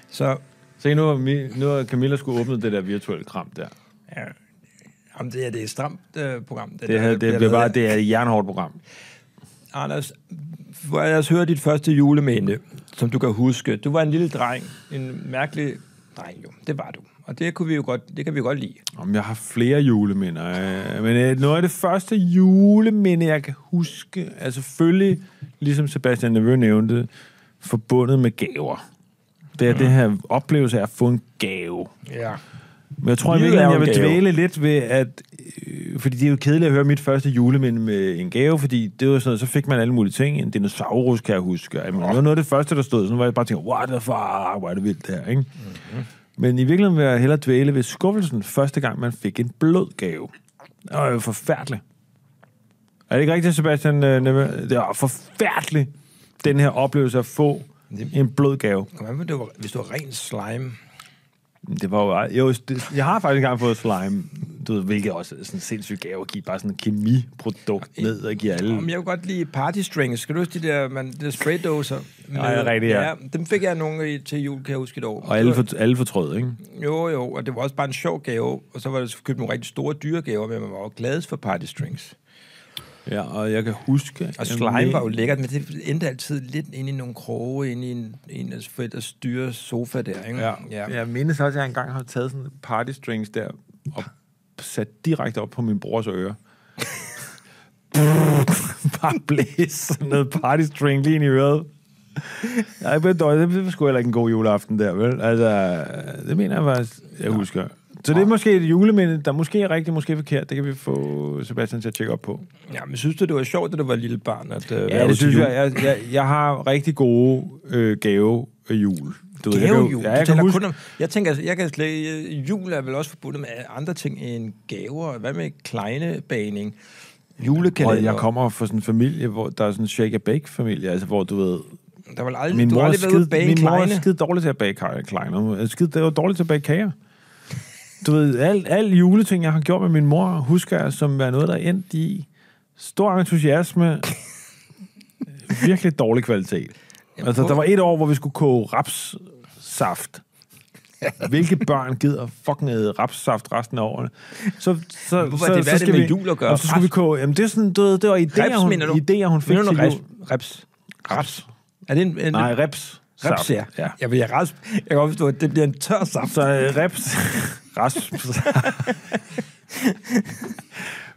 Speaker 1: Så
Speaker 2: Se, nu, har Mi- nu har Camilla skulle åbne det der virtuelle kram der.
Speaker 1: Ja. Jamen, det er, det er et stramt øh, program. Det,
Speaker 2: Det,
Speaker 1: der,
Speaker 2: her,
Speaker 1: der
Speaker 2: det bliver bare
Speaker 1: lavet her.
Speaker 2: det er et jernhårdt program.
Speaker 1: Anders, hvor jeg også hører dit første juleminde, som du kan huske. Du var en lille dreng. En mærkelig dreng, jo. Det var du. Og det, kunne vi jo godt, det kan vi jo godt lide.
Speaker 2: Om jeg har flere juleminder. øh, Men øh, noget af det første juleminde, jeg kan huske, er selvfølgelig, ligesom Sebastian Nevø nævnte, forbundet med gaver. Det er det her oplevelse af at få en gave.
Speaker 1: Ja.
Speaker 2: Men jeg tror,
Speaker 1: Livet
Speaker 2: jeg,
Speaker 1: er jo
Speaker 2: jeg, jeg
Speaker 1: en
Speaker 2: vil
Speaker 1: gave.
Speaker 2: dvæle lidt ved, at... Øh, fordi det er jo kedeligt at høre mit første juleminde med en gave, fordi det var sådan noget, så fik man alle mulige ting. En dinosaurus, kan jeg huske. Jamen, det var noget af det første, der stod. Sådan var jeg bare tænkt, what the fuck, hvor er det vildt det her, ikke?
Speaker 1: Mhm.
Speaker 2: Mm-hmm. Men i virkeligheden vil jeg hellere dvæle ved skuffelsen, første gang man fik en blød gave. Det var jo forfærdeligt. Er det ikke rigtigt, Sebastian? øh, Nevø? Det var forfærdeligt, den her oplevelse at få en blød gave.
Speaker 1: Kom an, på, det var, hvis du var ren slime.
Speaker 2: Det var jo... ej- Jo, det, jeg har faktisk engang fået slime, du ved, hvilket også er sådan en sindssyg gave at give bare sådan et kemiprodukt ned og give alle.
Speaker 1: Om jeg kunne godt lide party strings. Skal du huske de der, man, de der spraydåser?
Speaker 2: Ja, ja, rigtigt, ja.
Speaker 1: Dem fik jeg nogle i, til jul, kan jeg huske et år.
Speaker 2: Og alle,
Speaker 1: Det var-
Speaker 2: for, alle fortrød, ikke?
Speaker 1: Jo, jo, og det var også bare en sjov gave. Og så var det så købt nogle rigtig store dyre gaver, men man var jo gladest for party strings.
Speaker 2: Ja, og jeg kan huske...
Speaker 1: Og slime var jo lækkert, men det endte altid lidt inde i nogle kroge, inde i en, en af forældres styre sofa der, ikke?
Speaker 2: Ja.
Speaker 1: ja.
Speaker 2: ja. Jeg mindes også, at jeg engang har taget sådan party strings der og sat direkte op på min brors ører. bare blæse sådan noget party string lige ind i øret. Nej, jeg blev dårlig. Det var sgu heller ikke en god juleaften der, vel? Altså, det mener jeg faktisk, jeg husker. Så det er måske et juleminde, der måske er rigtigt, måske er forkert. Det kan vi få Sebastian til at tjekke op på.
Speaker 1: ja. men synes du, det var sjovt, da du var lille barn? At, uh,
Speaker 2: Ja, det synes jeg. Jeg, jeg, jeg har rigtig gode øh, gave øh, jul. Du ved, jeg kan jo-
Speaker 1: Gavejul.
Speaker 2: Ja,
Speaker 1: Ja, jeg,
Speaker 2: jeg kan
Speaker 1: tænker
Speaker 2: huske,
Speaker 1: kun om, jeg tænker, altså, jeg kan slet, øh, jul er vel også forbundet med andre ting end gaver. Hvad med kleinebaning?
Speaker 2: Og
Speaker 1: Julekalender.
Speaker 2: jeg kommer fra sådan en familie, hvor der er sådan en shake and bake familie, altså hvor du ved,
Speaker 1: der var aldrig,
Speaker 2: min
Speaker 1: du
Speaker 2: mor,
Speaker 1: har
Speaker 2: er
Speaker 1: aldrig været ude at
Speaker 2: skide,
Speaker 1: bage
Speaker 2: min mor er
Speaker 1: kleine.
Speaker 2: skide dårlig til at bage kage- kleiner. Hun er Skide, det var dårlig til at bage kager. Du ved, alt al juleting, jeg har gjort med min mor, husker jeg som være noget, der endte i stor entusiasme, virkelig dårlig kvalitet. Altså, der var et år, hvor vi skulle koge raps rapssaft. Hvilke børn gider fucking æde rapssaft resten af året? Så, så,
Speaker 1: Hvorfor er det- hvad er det med jul at gøre?
Speaker 2: Jamen, Så skulle vi
Speaker 1: Raps?
Speaker 2: koge... Jamen, det er sådan, du ved, det var idéer,
Speaker 1: Reps,
Speaker 2: hun,
Speaker 1: mener du?
Speaker 2: idéer, hun fik
Speaker 1: Mener du
Speaker 2: til
Speaker 1: reps?
Speaker 2: jul. Reps. Raps.
Speaker 1: Er det en, en
Speaker 2: Nej, reps.
Speaker 1: reps, ja.
Speaker 2: ja.
Speaker 1: Jeg, jeg, rasp. jeg kan godt forstå, at det bliver en tør saft.
Speaker 2: Så øh, reps. Rasp.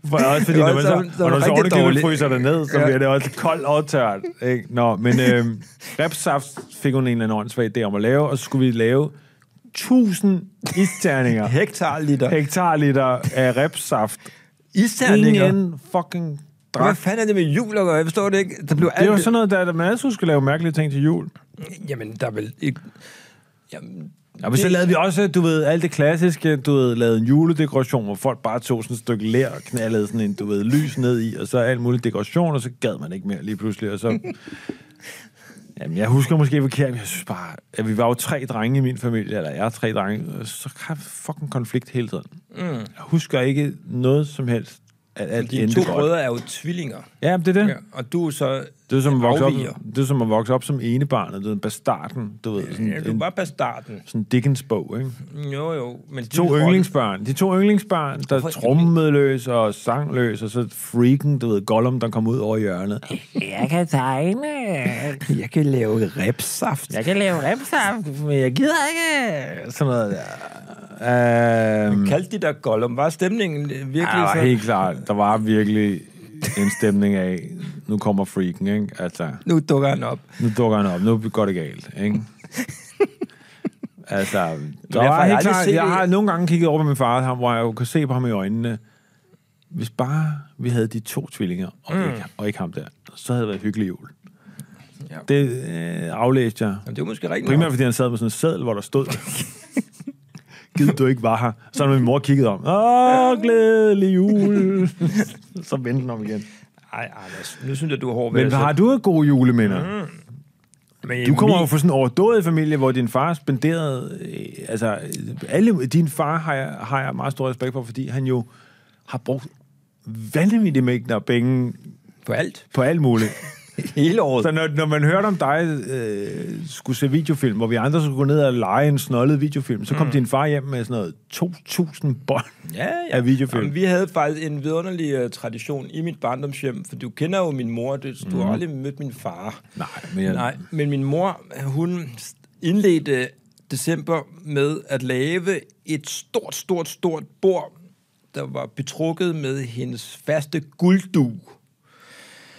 Speaker 2: For også fordi,
Speaker 1: Det var
Speaker 2: når man
Speaker 1: altså-
Speaker 2: så,
Speaker 1: det var
Speaker 2: og når du så
Speaker 1: rigtig
Speaker 2: ordentligt
Speaker 1: dårligt.
Speaker 2: fryser det ned, så
Speaker 1: Ja.
Speaker 2: bliver det også koldt og tørt. Ikke? Nå, men øh, repsaft fik hun en eller anden åndssvag idé om at lave, og så skulle vi lave 1000 isterninger,
Speaker 1: Hektarliter.
Speaker 2: hektarliter af repsaft.
Speaker 1: Isterninger.
Speaker 2: Ingen fucking
Speaker 1: Hvad
Speaker 2: drak.
Speaker 1: fanden er det med jul at gøre? Jeg forstår det ikke. Der blev
Speaker 2: Det var
Speaker 1: alt-
Speaker 2: sådan noget, der, at man altid skulle lave mærkelige ting til jul.
Speaker 1: Jamen, der er vel ikke... Jamen,
Speaker 2: Ja, men så lavede vi også, du ved, alt det klassiske, du ved, lavede en juledekoration, hvor folk bare tog sådan et stykke lær og knaldede sådan en, du ved, lys ned i, og så alt muligt dekoration, og så gad man ikke mere lige pludselig, og så... Jamen, jeg husker måske forkert, men jeg synes bare, at vi var jo tre drenge i min familie, eller jeg er tre drenge, og så har vi fucking konflikt hele tiden. Mm. Jeg husker ikke noget som helst, at alt
Speaker 1: dine
Speaker 2: endte
Speaker 1: to
Speaker 2: godt.
Speaker 1: brødre er jo tvillinger.
Speaker 2: Ja, men det er det.
Speaker 1: Ja. Og du er så...
Speaker 2: Det er, som at vokse op,
Speaker 1: Afviger.
Speaker 2: det er som at vokse op som enebarnet, du ved, bastarden, du ved, sådan
Speaker 1: Ja, du er
Speaker 2: en,
Speaker 1: bare bastarden.
Speaker 2: sådan en Dickens-bog, ikke?
Speaker 1: Jo, jo. Men
Speaker 2: To yndlingsbørn. De to yndlingsbørn, der
Speaker 1: Hvorfor-
Speaker 2: trummede løs og sang løs, og så freaken, du ved, Gollum, der kom ud over hjørnet. Jeg kan tegne.
Speaker 1: Jeg kan lave repsaft.
Speaker 2: Jeg kan lave remsaft, men jeg gider ikke. Sådan noget der. Øhm,
Speaker 1: Kaldte de dig Gollum? Var stemningen virkelig
Speaker 2: ja,
Speaker 1: så...
Speaker 2: Ah, helt klart. Der var virkelig en stemning af, nu kommer freaken, ikke? Altså,
Speaker 1: Nu dukker han op.
Speaker 2: nu dukker han op, nu går det galt, ikke? altså, der
Speaker 1: har jeg
Speaker 2: var helt
Speaker 1: aldrig
Speaker 2: klart,
Speaker 1: set
Speaker 2: jeg
Speaker 1: det.
Speaker 2: har nogle gange kigget over på min far, ham, hvor jeg jo kan se på ham i øjnene. Hvis bare vi havde de to tvillinger, og, mm. ikke, og ikke ham der, så havde det været et hyggeligt jul.
Speaker 1: Ja.
Speaker 2: Ja. Det øh, aflæste jeg.
Speaker 1: Jamen, det er måske rigtigt.
Speaker 2: Primært
Speaker 1: nok.
Speaker 2: fordi han sad med sådan en seddel, hvor der stod... Gid du ikke var her. Så når min mor kiggede om. Åh, glædelig jul. så vendte den om igen.
Speaker 1: Ej, Anders, nu synes jeg, du er hård ved
Speaker 2: Men
Speaker 1: dig
Speaker 2: har
Speaker 1: selv.
Speaker 2: du gode juleminder? Mm.
Speaker 1: Men
Speaker 2: Du kommer jo
Speaker 1: min-
Speaker 2: fra sådan en overdådig familie, hvor din far spenderede... Øh, altså, øh, alle, din far har jeg, har jeg meget stor respekt for, fordi han jo har brugt vanvittige mængder af penge
Speaker 1: På alt.
Speaker 2: på alt muligt.
Speaker 1: Hele året.
Speaker 2: Så når, når man hørte om dig øh, skulle se videofilm, hvor vi andre skulle gå ned og lege en snollet videofilm, så kom mm. din far hjem med sådan noget 2.000 bånd
Speaker 1: Ja, ja.
Speaker 2: af videofilm.
Speaker 1: Jamen, vi havde faktisk en vidunderlig uh, tradition i mit barndomshjem, for du kender jo min mor, det, du har aldrig mødt min far.
Speaker 2: Mhm. Nej, men jeg,
Speaker 1: Nej, men min mor, hun indledte december med at lave et stort, stort, stort bord, der var betrukket med hendes faste gulddu.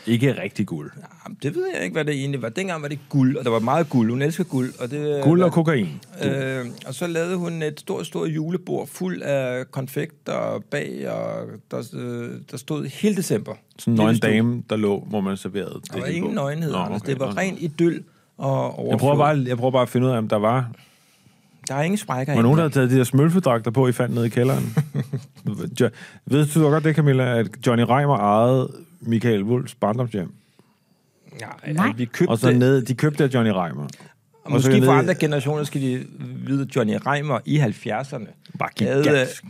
Speaker 2: ikke rigtig guld.
Speaker 1: Jamen, det ved jeg ikke, hvad det egentlig var. Dengang var det guld, og der var meget guld. Hun elsker guld. Og det,
Speaker 2: Guld og kokain.
Speaker 1: Øh, og så lavede hun et stort, stort julebord fuld af konfekter og bag, og der, øh, der stod hele december.
Speaker 2: Sådan en nøgen
Speaker 1: Hele stuen.
Speaker 2: dame, der lå, hvor man serverede det
Speaker 1: Der var
Speaker 2: hele
Speaker 1: ingen
Speaker 2: på.
Speaker 1: nøgenhed,
Speaker 2: Nå,
Speaker 1: Anders.
Speaker 2: okay,
Speaker 1: Det var
Speaker 2: nå.
Speaker 1: ren idyl og
Speaker 2: Jeg
Speaker 1: overflod.
Speaker 2: prøver, bare, jeg prøver bare at finde ud af, om der var...
Speaker 1: Der er ingen sprækker
Speaker 2: Var
Speaker 1: i den.
Speaker 2: nogen, der havde taget de der smølfedragter på, I fandt nede i kælderen? jo, ved du godt det, Camilla, at Johnny Reimer ejede Michael Wulfs barndomshjem?
Speaker 1: Nej,
Speaker 5: Nej.
Speaker 1: Nej. vi købte
Speaker 2: Og så ned, de købte af Johnny Reimer.
Speaker 1: Og
Speaker 2: Og så
Speaker 1: Måske for
Speaker 2: ned-
Speaker 1: andre generationer skal de vide, at Johnny Reimer i 70'erne
Speaker 2: Var
Speaker 1: havde, øh,
Speaker 2: gigantisk.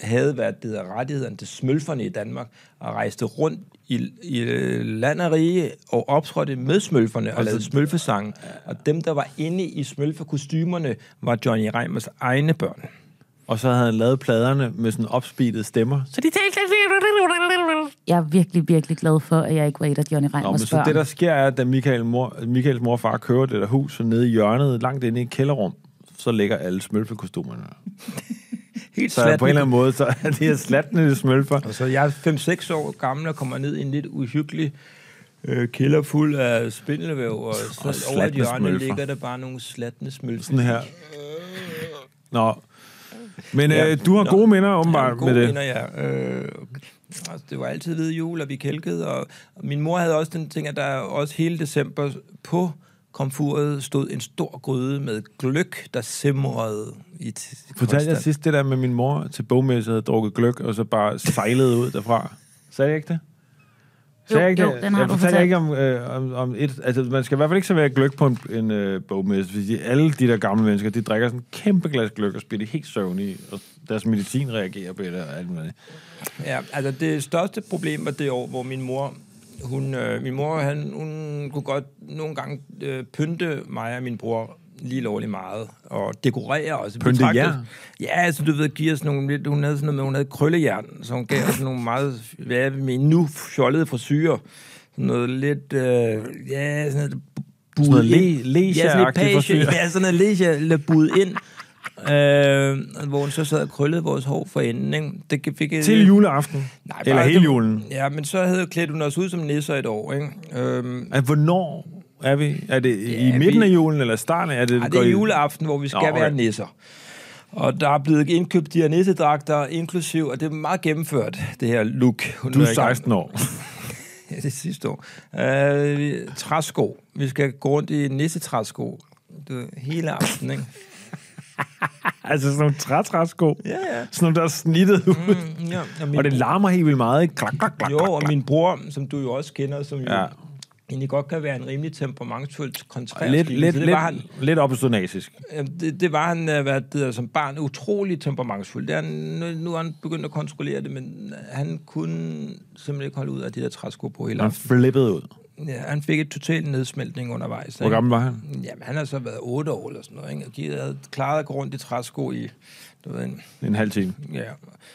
Speaker 1: havde været det af rettighederne til smølferne i Danmark og rejste rundt i, i øh, land og rige og optrådte med smølferne
Speaker 2: Altså-
Speaker 1: og lavede smølfesange. Og dem, der var inde i smølfekostymerne, var Johnny Reimers egne børn.
Speaker 2: Og så havde han lavet pladerne med sådan opspidede stemmer.
Speaker 5: Så de talte... Jeg er virkelig, virkelig glad for, at jeg ikke var et af Johnny
Speaker 2: Nå, men
Speaker 5: Reimers
Speaker 2: så
Speaker 5: børn.
Speaker 2: det, der sker, er, at da Michael mor, Michaels mor og far kører det der hus, så nede i hjørnet, langt inde i et kælderrum, så ligger alle smølfekostumerne.
Speaker 1: Helt
Speaker 2: Så på en eller
Speaker 1: slatne.
Speaker 2: anden måde, så er det her slatne smølfer.
Speaker 1: Og så jeg er 5-6 år gammel og kommer ned i en lidt uhyggelig øh, kælder fuld af spindelvæv, og så
Speaker 2: Og
Speaker 1: over et
Speaker 2: slatne
Speaker 1: hjørne
Speaker 2: smølfer.
Speaker 1: ligger der bare nogle slatne smølfer.
Speaker 2: Sådan her. Nå. Men
Speaker 1: Ja.
Speaker 2: øh, du har
Speaker 1: Nå.
Speaker 2: gode minder åbenbart
Speaker 1: gode
Speaker 2: med det.
Speaker 1: Minder, ja. øh, altså, det var altid hvide jul, og vi kælkede. Og, og min mor havde også den ting, at der også hele december på komfuret stod en stor gryde med gløk, der simrede i t-
Speaker 2: Fortalte jeg
Speaker 1: konstant.
Speaker 2: sidst det der med min mor til bogmesse, havde drukket gløk, og så bare sejlede ud derfra. Sagde jeg ikke det? Sagde jeg ikke
Speaker 5: jo,
Speaker 2: det?
Speaker 5: den har
Speaker 2: jeg
Speaker 5: du
Speaker 2: fortalte
Speaker 5: fortalt.
Speaker 2: ikke om, øh, om, om et... Altså, man skal i hvert fald ikke servere gløk på en, en øh, bogmesse, fordi alle de der gamle mennesker, de drikker sådan en kæmpe glas gløk og bliver de helt søvnige, og deres medicin reagerer på det og alt muligt.
Speaker 1: Ja, altså det største problem var det år, hvor min mor, hun, øh, min mor, han, hun kunne godt nogle gange øh, pynte mig og min bror lige lovlig meget, og dekorerer også.
Speaker 2: Pynte
Speaker 1: Betragtet-
Speaker 2: jern?
Speaker 1: Ja, altså du ved, giver sådan nogle lidt, hun havde sådan noget med, hun havde kryllejern, så hun gav os sådan nogle meget, hvad er det, med nu fjollede frisyrer. Sådan noget lidt, øh, ja, sådan noget, bud
Speaker 2: Sådan noget
Speaker 1: ind.
Speaker 2: le-
Speaker 1: ja, sådan lidt
Speaker 2: leisure-agtigt
Speaker 1: page,
Speaker 2: frisyrer.
Speaker 1: ja, sådan noget leisure, lidt bud ind. Øh, hvor hun så sad og krøllede vores hår for enden, ikke? Det fik jeg-
Speaker 2: Til juleaften?
Speaker 1: Nej,
Speaker 2: Nej,
Speaker 1: bare
Speaker 2: Eller hele
Speaker 1: det-
Speaker 2: julen?
Speaker 1: Ja, men så havde klædt hun os ud som nisser et år, ikke? Øhm,
Speaker 2: At, hvornår er vi? Er det
Speaker 1: Ja,
Speaker 2: i midten
Speaker 1: vi-
Speaker 2: af julen, eller starten? Er det,
Speaker 1: Ej, det
Speaker 2: går
Speaker 1: er
Speaker 2: i-
Speaker 1: juleaften, hvor vi skal
Speaker 2: Nå,
Speaker 1: Nå,
Speaker 2: okay.
Speaker 1: være nisser. Og der er blevet indkøbt de her nissedragter, inklusiv, og det er meget gennemført, det her look. hun
Speaker 2: Du
Speaker 1: er
Speaker 2: er
Speaker 1: i gang
Speaker 2: 16 år.
Speaker 1: Ja, det er sidste år. Øh, vi- træsko. Vi skal gå rundt i nissetræsko. Du, ved, hele aften, ikke?
Speaker 2: altså sådan nogle trætræsko.
Speaker 1: Ja, ja.
Speaker 2: Sådan nogle, der er snittet ud.
Speaker 1: Mm, ja. Og, min,
Speaker 2: Og det larmer helt vildt meget. ikke? Klak, klak, klak,
Speaker 1: jo,
Speaker 2: klak,
Speaker 1: og
Speaker 2: klak.
Speaker 1: min bror, som du jo også kender, som jo
Speaker 2: Ja.
Speaker 1: ja. egentlig godt kan være en rimelig temperamentsfuld kontrær.
Speaker 2: Lidt,
Speaker 1: det,
Speaker 2: lidt, lidt,
Speaker 1: var han,
Speaker 2: lidt opportunistisk.
Speaker 1: Jamen, det, det var han øh, hvad det hedder, som barn utrolig temperamentsfuld. Det er han, nu, nu er han begyndt at kontrollere det, men øh, han kunne simpelthen ikke holde ud af de der træsko på hele
Speaker 2: Han
Speaker 1: aftenen.
Speaker 2: flippede ud.
Speaker 1: Ja, han fik et totalt nedsmeltning undervejs.
Speaker 2: Hvor
Speaker 1: ikke?
Speaker 2: gammel var han?
Speaker 1: Jamen, han har så været 8 år eller sådan noget, ikke? Og de havde klaret at gå rundt i træsko i, du ved, en-
Speaker 2: En halv time.
Speaker 1: ja.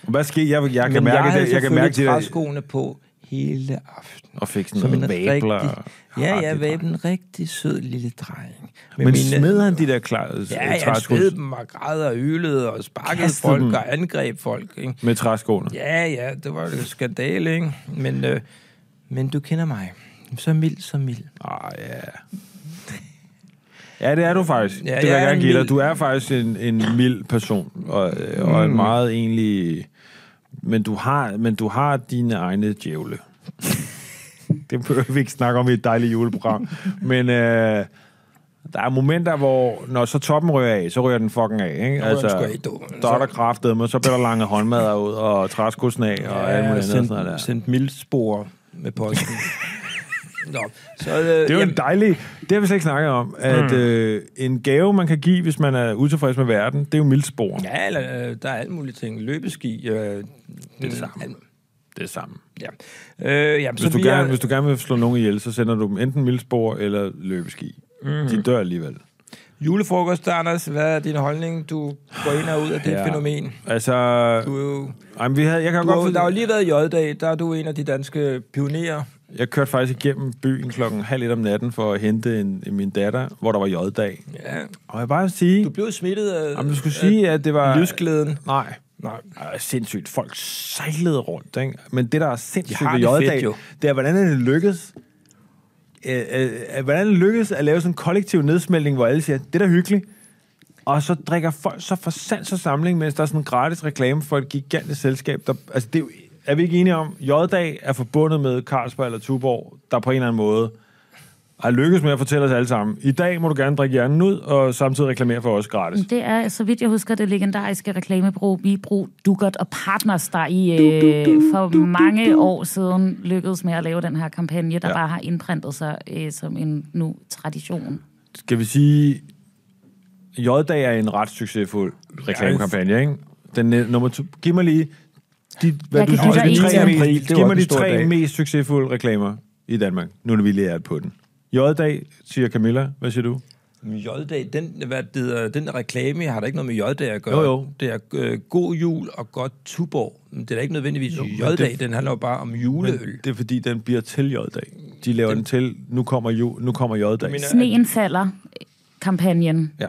Speaker 2: Hvad sker? Jeg, jeg kan
Speaker 1: Men
Speaker 2: mærke
Speaker 1: jeg havde
Speaker 2: det. Jeg kan mærke det.
Speaker 1: selvfølgelig
Speaker 2: der-
Speaker 1: træskoene på hele aftenen.
Speaker 2: Og fik sådan noget vabler.
Speaker 1: Ja, ja,
Speaker 2: Rigtig
Speaker 1: væb en rigtig sød lille dreng. Med
Speaker 2: Men mine... smed han de der klar,
Speaker 1: Ja, ja, han
Speaker 2: træsko
Speaker 1: smed dem og græd og ylede og sparkede
Speaker 2: Kastede
Speaker 1: folk
Speaker 2: dem.
Speaker 1: og angreb folk. Ikke?
Speaker 2: med træskoene? Ja.
Speaker 1: Ja, ja, det var jo skandale, ikke? Men, øh, men du kender mig. Så mild, så mild.
Speaker 2: Ah, ja. Ja, det er du faktisk. Ja,
Speaker 1: Ja,
Speaker 2: det vil
Speaker 1: jeg
Speaker 2: jeg
Speaker 1: er
Speaker 2: gerne
Speaker 1: en
Speaker 2: give dig.
Speaker 1: mild-
Speaker 2: Du er faktisk en, en mild person, og, mm. og en meget egentlig... Men du har, men du har dine egne djævle. det behøver vi ikke snakke om i et dejligt juleprogram. men øh, der er momenter, hvor når så toppen rører af, så rører den fucking af. Ikke?
Speaker 1: rører den sgu af, du.
Speaker 2: der er der kraftedeme, så bliver der lange håndmadder ud, og træskosen af, og ja, alt muligt andet. sådan noget der.
Speaker 1: sendt, sendt mildspor med posten. Nå, så, øh, det
Speaker 2: Det er jo en dejlig... Det har vi slet ikke snakket om. At øh, en gave, man kan give, hvis man er utilfreds med verden, det er jo mildspor. Ja.
Speaker 1: Ja, eller, øh, der er alle mulige ting. Løbeski. Øh, det er det
Speaker 2: samme. Det er samme.
Speaker 1: Ja. Øh, jamen,
Speaker 2: Hvis
Speaker 1: så
Speaker 2: du,
Speaker 1: vi
Speaker 2: gerne,
Speaker 1: er-
Speaker 2: hvis du gerne vil slå nogen ihjel, så sender du dem enten mildspor eller løbeski. Mm. De dør alligevel.
Speaker 1: Julefrokost, Anders, hvad er din holdning? Du går ind og ud af det ja. fænomen.
Speaker 2: Altså...
Speaker 1: Du er jo
Speaker 2: Ej, men vi havde, jeg kan
Speaker 1: Du
Speaker 2: godt
Speaker 1: har,
Speaker 2: for,
Speaker 1: der har jo lige været J-dag, der er du en af de danske pionerer.
Speaker 2: Jeg kørte faktisk igennem byen klokken halv et om natten for at hente en, min datter, hvor der var J-dag.
Speaker 1: Ja.
Speaker 2: Og jeg vil bare sige...
Speaker 1: Du blev smittet af...
Speaker 2: Jamen, du skulle sige, øh, at det var...
Speaker 1: Lysglæden.
Speaker 2: Nej.
Speaker 1: Nej.
Speaker 2: Ej, sindssygt. Folk sejlede rundt, ikke? Men det, der er sindssygt
Speaker 1: De har det
Speaker 2: ved J-dag,
Speaker 1: fedt, jo.
Speaker 2: det er, hvordan er det lykkedes... Øh, øh, øh, hvordan er det lykkedes at lave sådan en kollektiv nedsmeltning, hvor alle siger, det er da hyggeligt. Og så drikker folk så for sans og samling, mens der er sådan en gratis reklame for et gigantisk selskab. Der, altså, det er, jo, er vi ikke enige om, J-dag er forbundet med Carlsberg eller Tuborg, der på en eller anden måde har lykkes med at fortælle os alle sammen, i dag må du gerne drikke hjernen ud, og samtidig reklamere for os gratis.
Speaker 5: Det er, så vidt jeg husker, det legendariske reklamebureau Vibro Dugert og Partners, der i øh, for mange år siden lykkedes med at lave den her kampagne, der
Speaker 2: Ja.
Speaker 5: ja. bare har indprintet sig øh, som en nu tradition.
Speaker 2: skal vi sige, J-dag er en ret succesfuld reklamekampagne, ikke? Den øh, nummer to, giv mig lige de, hvad
Speaker 5: Jeg
Speaker 2: du
Speaker 5: kan
Speaker 2: synes,
Speaker 5: give
Speaker 2: er de
Speaker 5: dig en.
Speaker 1: April, det
Speaker 2: tre, mest,
Speaker 1: var
Speaker 2: giv mig
Speaker 1: den
Speaker 2: de
Speaker 1: store
Speaker 2: tre
Speaker 1: dag.
Speaker 2: mest succesfulde reklamer i Danmark, nu når vi lige er på den. J-dag, siger Camilla. Hvad siger du?
Speaker 1: J-dag, den, hvad det hedder, den reklame har da ikke noget med J-dag at gøre.
Speaker 2: Jo, jo.
Speaker 1: Det er øh, god jul og godt Tuborg. Men det er da ikke nødvendigvis
Speaker 2: men
Speaker 1: J-dag,
Speaker 2: det-
Speaker 1: den handler jo bare om juleøl.
Speaker 2: Det er fordi, den bliver til J-dag. De laver den, den til, nu kommer, jo, nu kommer J-dag.
Speaker 1: mener-
Speaker 5: Sneen falder øh, kampagnen.
Speaker 2: Ja.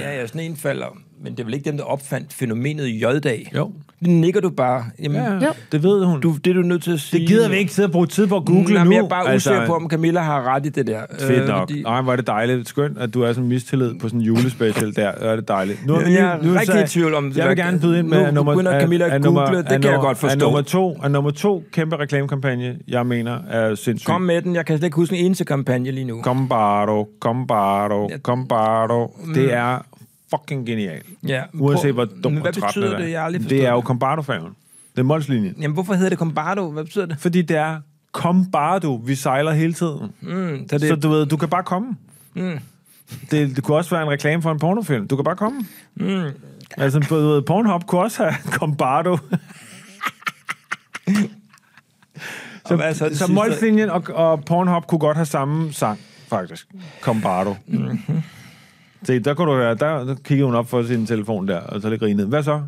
Speaker 1: ja, ja, sådan en falder. Men det er vel ikke dem, der opfandt fænomenet J-dag?
Speaker 2: Jo.
Speaker 1: Det nikker du bare. Jamen, ja,
Speaker 2: Ja,
Speaker 5: Jo.
Speaker 2: det ved hun.
Speaker 1: Du, det er du nødt til at sige.
Speaker 2: det gider vi ikke sidde og bruge tid på at google
Speaker 1: Nå, men
Speaker 2: nu.
Speaker 1: Jeg er bare altså, usikker på, om Camilla har ret i det der. Øh,
Speaker 2: Fedt nok.
Speaker 1: fordi-
Speaker 2: Fordi... Ej, hvor er det dejligt. Skønt, at du er sådan mistillid på sådan en julespecial der. Hvor er det dejligt. Nu,
Speaker 1: Ja, jeg er rigtig
Speaker 2: så-
Speaker 1: i tvivl om-
Speaker 2: Jeg vil gerne byde ind med,
Speaker 1: Nu
Speaker 2: at nummer,
Speaker 1: begynder Camilla at
Speaker 2: at nummer-
Speaker 1: google, det
Speaker 2: at
Speaker 1: kan jeg
Speaker 2: nummer-
Speaker 1: godt forstå.
Speaker 2: At nummer to, at nummer to kæmpe reklamekampagne, jeg mener, er sindssygt.
Speaker 1: Kom
Speaker 2: Kom,
Speaker 1: med den. Jeg kan slet ikke huske en eneste kampagne lige nu.
Speaker 2: kom baro, kom baro, kom baro. Det er fucking genialt.
Speaker 1: Mm. Ja,
Speaker 2: Uanset
Speaker 1: prøv-
Speaker 2: hvor dumt
Speaker 1: Men
Speaker 2: og
Speaker 1: hvad
Speaker 2: træt
Speaker 1: betyder
Speaker 2: er.
Speaker 1: det? Jeg har aldrig forstået
Speaker 2: Det er jo
Speaker 1: det.
Speaker 2: kombardo-færgen. Det er Molslinjen.
Speaker 1: Jamen, hvorfor hedder det Combardo? Hvad betyder det?
Speaker 2: Fordi det er kom bare du, vi sejler hele tiden.
Speaker 1: Mm, så
Speaker 2: Det...
Speaker 1: det,
Speaker 2: Så du ved, du kan bare komme. Mm. Det, det kunne også være en reklame for en pornofilm. Du kan bare komme. Mm. Altså, du ved, Pornhub kunne også have Combardo.
Speaker 1: og hvad er så, altså, det
Speaker 2: Så
Speaker 1: sidste?
Speaker 2: Molslinjen og, og Pornhub kunne godt have samme sang, faktisk. Combardo. Mm-hmm. Se, der, kunne du, der, der kiggede hun op for sin telefon der, og så lidt grinede. Hvad så?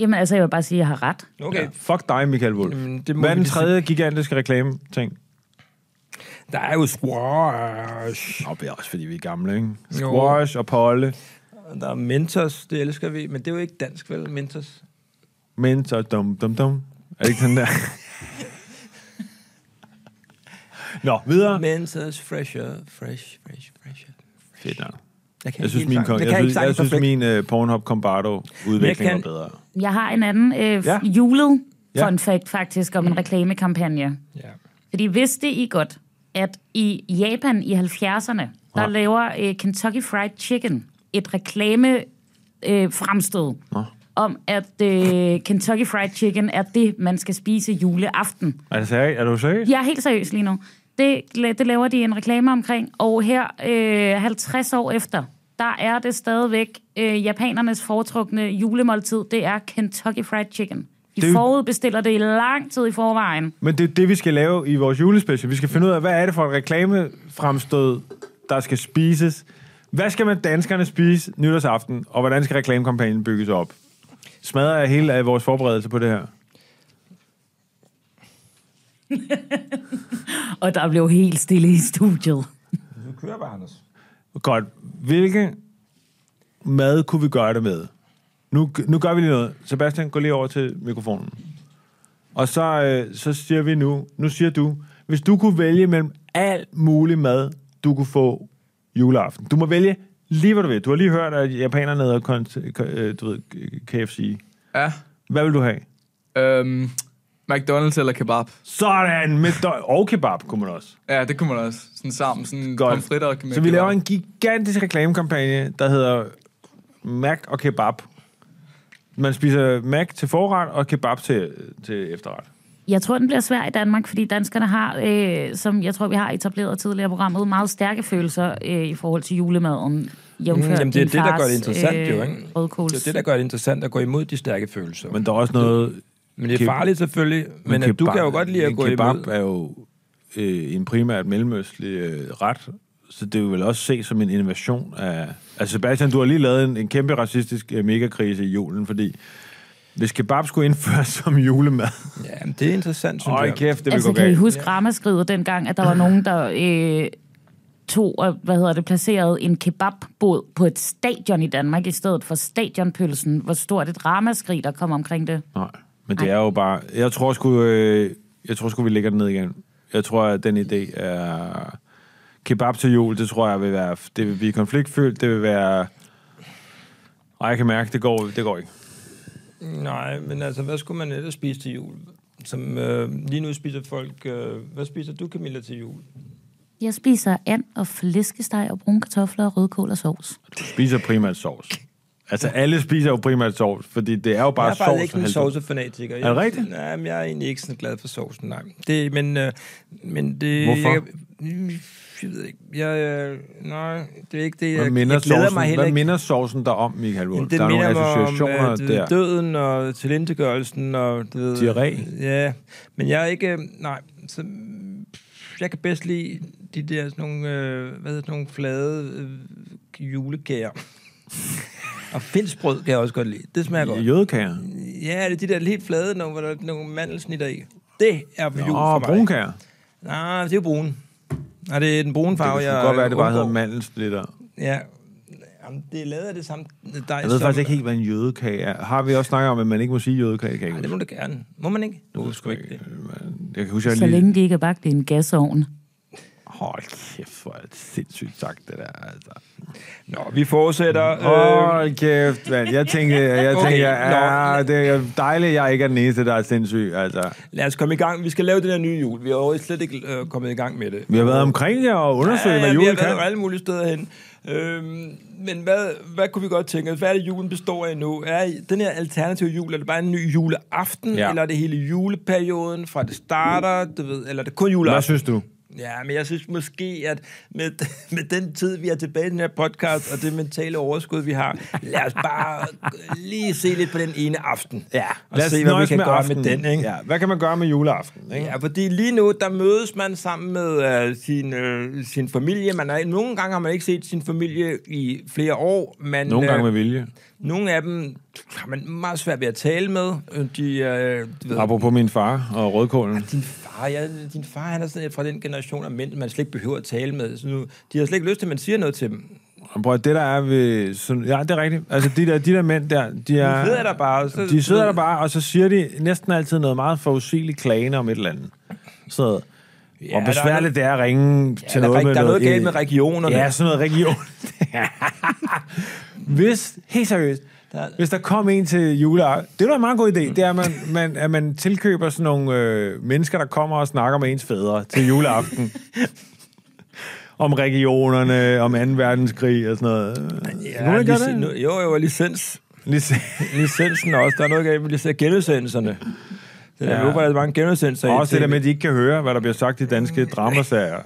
Speaker 5: Jamen altså, jeg vil bare sige, at jeg har ret.
Speaker 1: Okay. Ja.
Speaker 2: Fuck dig, Michael Wolf.
Speaker 1: Jamen,
Speaker 2: Jamen,
Speaker 1: det må
Speaker 2: Hvad er
Speaker 1: vi
Speaker 2: den
Speaker 1: lige
Speaker 2: tredje gigantiske reklame-ting?
Speaker 1: Der er jo squash.
Speaker 2: Nå, det er også, fordi vi er gamle, ikke?
Speaker 1: Jo.
Speaker 2: Squash og Polle.
Speaker 1: Der er Mentos, det elsker vi, men det er jo ikke dansk, vel? Mentos.
Speaker 2: Mint og dum, dum, dum. Er det ikke sådan der? Nå, videre.
Speaker 1: Mentos, fresher, fresh, fresh, fresher.
Speaker 2: Fedt nok.
Speaker 1: Jeg, kan
Speaker 2: Jeg synes,
Speaker 1: ikke
Speaker 2: min,
Speaker 1: helt sangen.
Speaker 2: kon- jeg,
Speaker 1: kan
Speaker 2: synes,
Speaker 1: sangen
Speaker 2: jeg synes,
Speaker 1: perfekt.
Speaker 2: min uh, Pornhub Combardo udvikling
Speaker 1: kan-
Speaker 2: er bedre.
Speaker 5: Jeg har en anden øh,
Speaker 2: Ja.
Speaker 5: ja. julet
Speaker 2: Ja.
Speaker 5: fun fact faktisk om en reklamekampagne.
Speaker 1: Ja.
Speaker 5: Fordi vidste I godt, at i Japan i 70'erne, der
Speaker 2: Ja.
Speaker 5: ja. laver øh, Kentucky Fried Chicken et reklame øh, fremstød
Speaker 2: Nå.
Speaker 5: om, at øh, Kentucky Fried Chicken er det, man skal spise juleaften.
Speaker 2: Er, det seri- er du seriøs?
Speaker 5: Jeg er helt seriøs lige nu. Det, det laver de en reklame omkring, og her øh, 50 år efter, der er det stadigvæk øh, japanernes foretrukne julemåltid, det er Kentucky Fried Chicken. De
Speaker 2: Det er jo-
Speaker 5: forudbestiller det i lang tid i forvejen.
Speaker 2: Men det er det, vi skal lave i vores julespecial. Vi skal finde ud af, hvad er det for et reklamefremstød, der skal spises? Hvad skal man danskerne spise nytårsaften? Og hvordan skal reklamekampagnen bygges op? Smadrer jeg hele af vores forberedelse på det her?
Speaker 5: Og der blev helt stille i studiet.
Speaker 1: Du kører bare, Anders.
Speaker 2: Godt. Hvilke mad kunne vi gøre det med? Nu, nu gør vi lige noget. Sebastian, gå lige over til mikrofonen. Og så, øh, så siger vi nu, nu siger du, hvis du kunne vælge mellem alt mulig mad, du kunne få juleaften. Du må vælge lige, hvad du vil. Du har lige hørt, at japanerne hedder kon- ko- øh, du ved, KFC.
Speaker 4: Ja.
Speaker 2: Hvad vil du have?
Speaker 4: Øhm, McDonald's eller kebab.
Speaker 2: Sådan! Med dø- og kebab kunne man også.
Speaker 4: Ja, det kunne man også. Sådan sammen, sådan
Speaker 2: Godt.
Speaker 4: pomfritter og med
Speaker 2: Så vi
Speaker 4: kebab.
Speaker 2: laver en gigantisk reklamekampagne, der hedder Mac og kebab. Man spiser Mac til forret og kebab til, til efterret.
Speaker 5: Jeg tror, den bliver svær i Danmark, fordi danskerne har, øh, som jeg tror, vi har etableret tidligere i programmet, meget stække følelser øh, i forhold til julemaden. Jævnfør
Speaker 1: Mm, jamen, det er det,
Speaker 5: din
Speaker 1: der gør det
Speaker 5: fars, øh,
Speaker 1: interessant, jo, ikke?
Speaker 5: Rødkåls.
Speaker 1: Det er det, der gør det interessant at gå imod de stærke følelser. Men,
Speaker 2: Men der er også noget...
Speaker 1: men det er
Speaker 2: Keb-
Speaker 1: farligt selvfølgelig, men, men at du kan jo godt lide at
Speaker 2: men
Speaker 1: gå
Speaker 2: kebab
Speaker 1: imod.
Speaker 2: er jo øh, en primært mellemøstlig øh, ret, så det vil vel også ses som en innovation af... Altså Sebastian, du har lige lavet en, en kæmpe racistisk øh, megakrise i julen, fordi hvis kebab skulle indføres som julemad...
Speaker 1: Ja, men det er interessant, synes
Speaker 2: Øj
Speaker 1: jeg.
Speaker 2: kæft, det vil
Speaker 5: altså,
Speaker 2: gå
Speaker 5: kan I
Speaker 2: galt.
Speaker 5: huske ramaskridet dengang, at der var nogen, der øh, tog og, hvad hedder det, placerede en kebabbåd på et stadion i Danmark, i stedet for stadionpølsen? Hvor stort et ramaskrig, der kom omkring det?
Speaker 2: Nej, men det er jo bare... Jeg tror sgu, øh, jeg tror sgu vi lægger den ned igen. Jeg tror, at den idé er... Kebab til jul, det tror jeg vil være... Det vil blive konfliktfyldt, det vil være... Ej, jeg kan mærke, det går, det går ikke.
Speaker 1: Nej, men altså, hvad skulle man ellers spise til jul? Som, øh, lige nu spiser folk... Øh, hvad spiser du, Camilla, til jul?
Speaker 5: Jeg spiser and og flæskesteg og brune kartofler og rødkål og sovs.
Speaker 2: Du spiser primært sovs. Altså, alle spiser jo primært sovs, fordi det er jo bare
Speaker 1: jeg er
Speaker 2: sovs.
Speaker 1: faktisk ikke en
Speaker 2: og
Speaker 1: sovsefanatiker. Jeg-
Speaker 2: Er det rigtigt?
Speaker 1: Nej, men jeg er egentlig ikke sådan glad for sovsen, nej. Det, men, øh, men det...
Speaker 2: Hvorfor?
Speaker 1: Jeg, jeg ved ikke. Jeg, øh, nej, det er ikke det. Jeg,
Speaker 2: Hvad minder,
Speaker 1: jeg glæder
Speaker 2: sovsen,
Speaker 1: mig heller
Speaker 2: hvad
Speaker 1: ikke.
Speaker 2: minder sovsen der om, Michael Wolf?
Speaker 1: Jamen,
Speaker 2: Der er nogle
Speaker 1: minder mig
Speaker 2: associationer
Speaker 1: øh, du ved,
Speaker 2: der.
Speaker 1: døden og tilindegørelsen og... Du ved,
Speaker 2: Diarré?
Speaker 1: Ja, men jeg er ikke... øh, Nej, så, mm, jeg kan bedst lide de der sådan nogle, øh, hvad hedder, sådan nogle flade øh, julekager. og findsbrød kan jeg også godt lide. Det smager godt.
Speaker 2: Jødekager.
Speaker 1: Ja, det er de der helt flade, nogle, hvor der er nogle mandelsnitter i. Det er jul for
Speaker 2: Åh,
Speaker 1: mig.
Speaker 2: brunkager.
Speaker 1: Nej, det er jo brune. Nej, det er den brune
Speaker 2: Det
Speaker 1: farve,
Speaker 2: kunne
Speaker 1: jeg
Speaker 2: godt være, det bare
Speaker 1: undgår.
Speaker 2: hedder mandelsplitter.
Speaker 1: Ja. Jamen, det er lavet af det samme dej
Speaker 2: Jeg ved faktisk ikke helt, hvad en jødekage er. Har vi også snakket om, at man ikke må sige jødekage? Kan
Speaker 1: Nej,
Speaker 2: jeg, ikke
Speaker 1: det må du gerne. Må man ikke? Du husker ikke det.
Speaker 2: huske. jeg kan huske, at
Speaker 5: Så
Speaker 2: jeg lige...
Speaker 5: længe de ikke er bagt i en gasovn.
Speaker 2: Hold kæft, hvor er det sindssygt sagt, det der. Altså.
Speaker 1: Nå, vi fortsætter. Øh,
Speaker 2: Hold kæft, mand. Jeg tænkte, jeg
Speaker 1: Okay,
Speaker 2: tænkte,
Speaker 1: nå.
Speaker 2: ja, det er dejligt, at jeg ikke er den eneste, der er sindssyg. Altså.
Speaker 1: lad os komme i gang. Vi skal lave den her nye jul. Vi er jo slet ikke øh, kommet i gang med det.
Speaker 2: Vi har været omkring det og undersøgt, hvad
Speaker 1: vi
Speaker 2: jul
Speaker 1: har været
Speaker 2: kan.
Speaker 1: alle mulige steder hen. Øhm, men hvad, hvad kunne vi godt tænke os? Hvad er det, julen består af nu? Er I- den her alternative jul, er det bare en ny juleaften?
Speaker 2: Ja.
Speaker 1: Eller er det hele juleperioden, fra det starter, du ved, eller er det kun
Speaker 2: Hvad
Speaker 1: juleaften?
Speaker 2: synes du?
Speaker 1: Ja, men jeg synes måske, at med, med den tid, vi er tilbage i den her podcast, og det mentale overskud, vi har, lad os bare lige se lidt på den ene aften. Ja, og
Speaker 2: Lad os
Speaker 1: se, hvad vi
Speaker 2: nøjes
Speaker 1: kan
Speaker 2: med
Speaker 1: gøre
Speaker 2: aften.
Speaker 1: med den, ikke?
Speaker 2: Ja, hvad kan man gøre med juleaften? Ikke?
Speaker 1: Ja, fordi lige nu, der mødes man sammen med øh, sin, øh, sin familie. Man er, nogle gange har man ikke set sin familie i flere år. Man,
Speaker 2: Nogle gange
Speaker 1: øh,
Speaker 2: med vilje.
Speaker 1: Nogle af dem har man meget svært ved at tale med. Øh, De, øh, du ved,
Speaker 2: Apropos min far og rødkålen.
Speaker 1: din far, ja, din far han er sådan fra den generation af mænd, man slet ikke behøver at tale med. Så nu, de har slet ikke lyst til, at man siger noget til dem.
Speaker 2: Prøv, at det der er ved... Sådan, ja, det er rigtigt. Altså, de der, de der mænd der, de er...
Speaker 1: De sidder der bare, og så-
Speaker 2: de sidder der bare, og så siger de næsten altid noget meget forudsigeligt klagende om et eller andet. Så, ja, og
Speaker 1: der
Speaker 2: besværligt det er at ringe ja, til
Speaker 1: der er
Speaker 2: noget
Speaker 1: reg-
Speaker 2: med
Speaker 1: der er noget
Speaker 2: noget
Speaker 1: galt med regionerne.
Speaker 2: Ja, sådan noget region. Hvis, helt seriøst,
Speaker 1: Der-
Speaker 2: hvis der kom en til juleaften, det var en meget god idé, det er, at man, man, at man tilkøber sådan nogle øh, mennesker, der kommer og snakker med ens fædre til juleaften. om regionerne, om 2. verdenskrig og sådan noget. Ja, Kunne man ikke gøre det?
Speaker 1: lic- nu- jo, jo, og licens.
Speaker 2: Lic-
Speaker 1: licensen også. Der er noget galt med lic- genudsendelserne. Det er,
Speaker 2: Ja.
Speaker 1: ja. Jeg håber, der er mange genudsendelser. i
Speaker 2: Og også det der
Speaker 1: TV.
Speaker 2: med, at de ikke kan høre, hvad der bliver sagt i danske
Speaker 1: Mm.
Speaker 2: dramasager.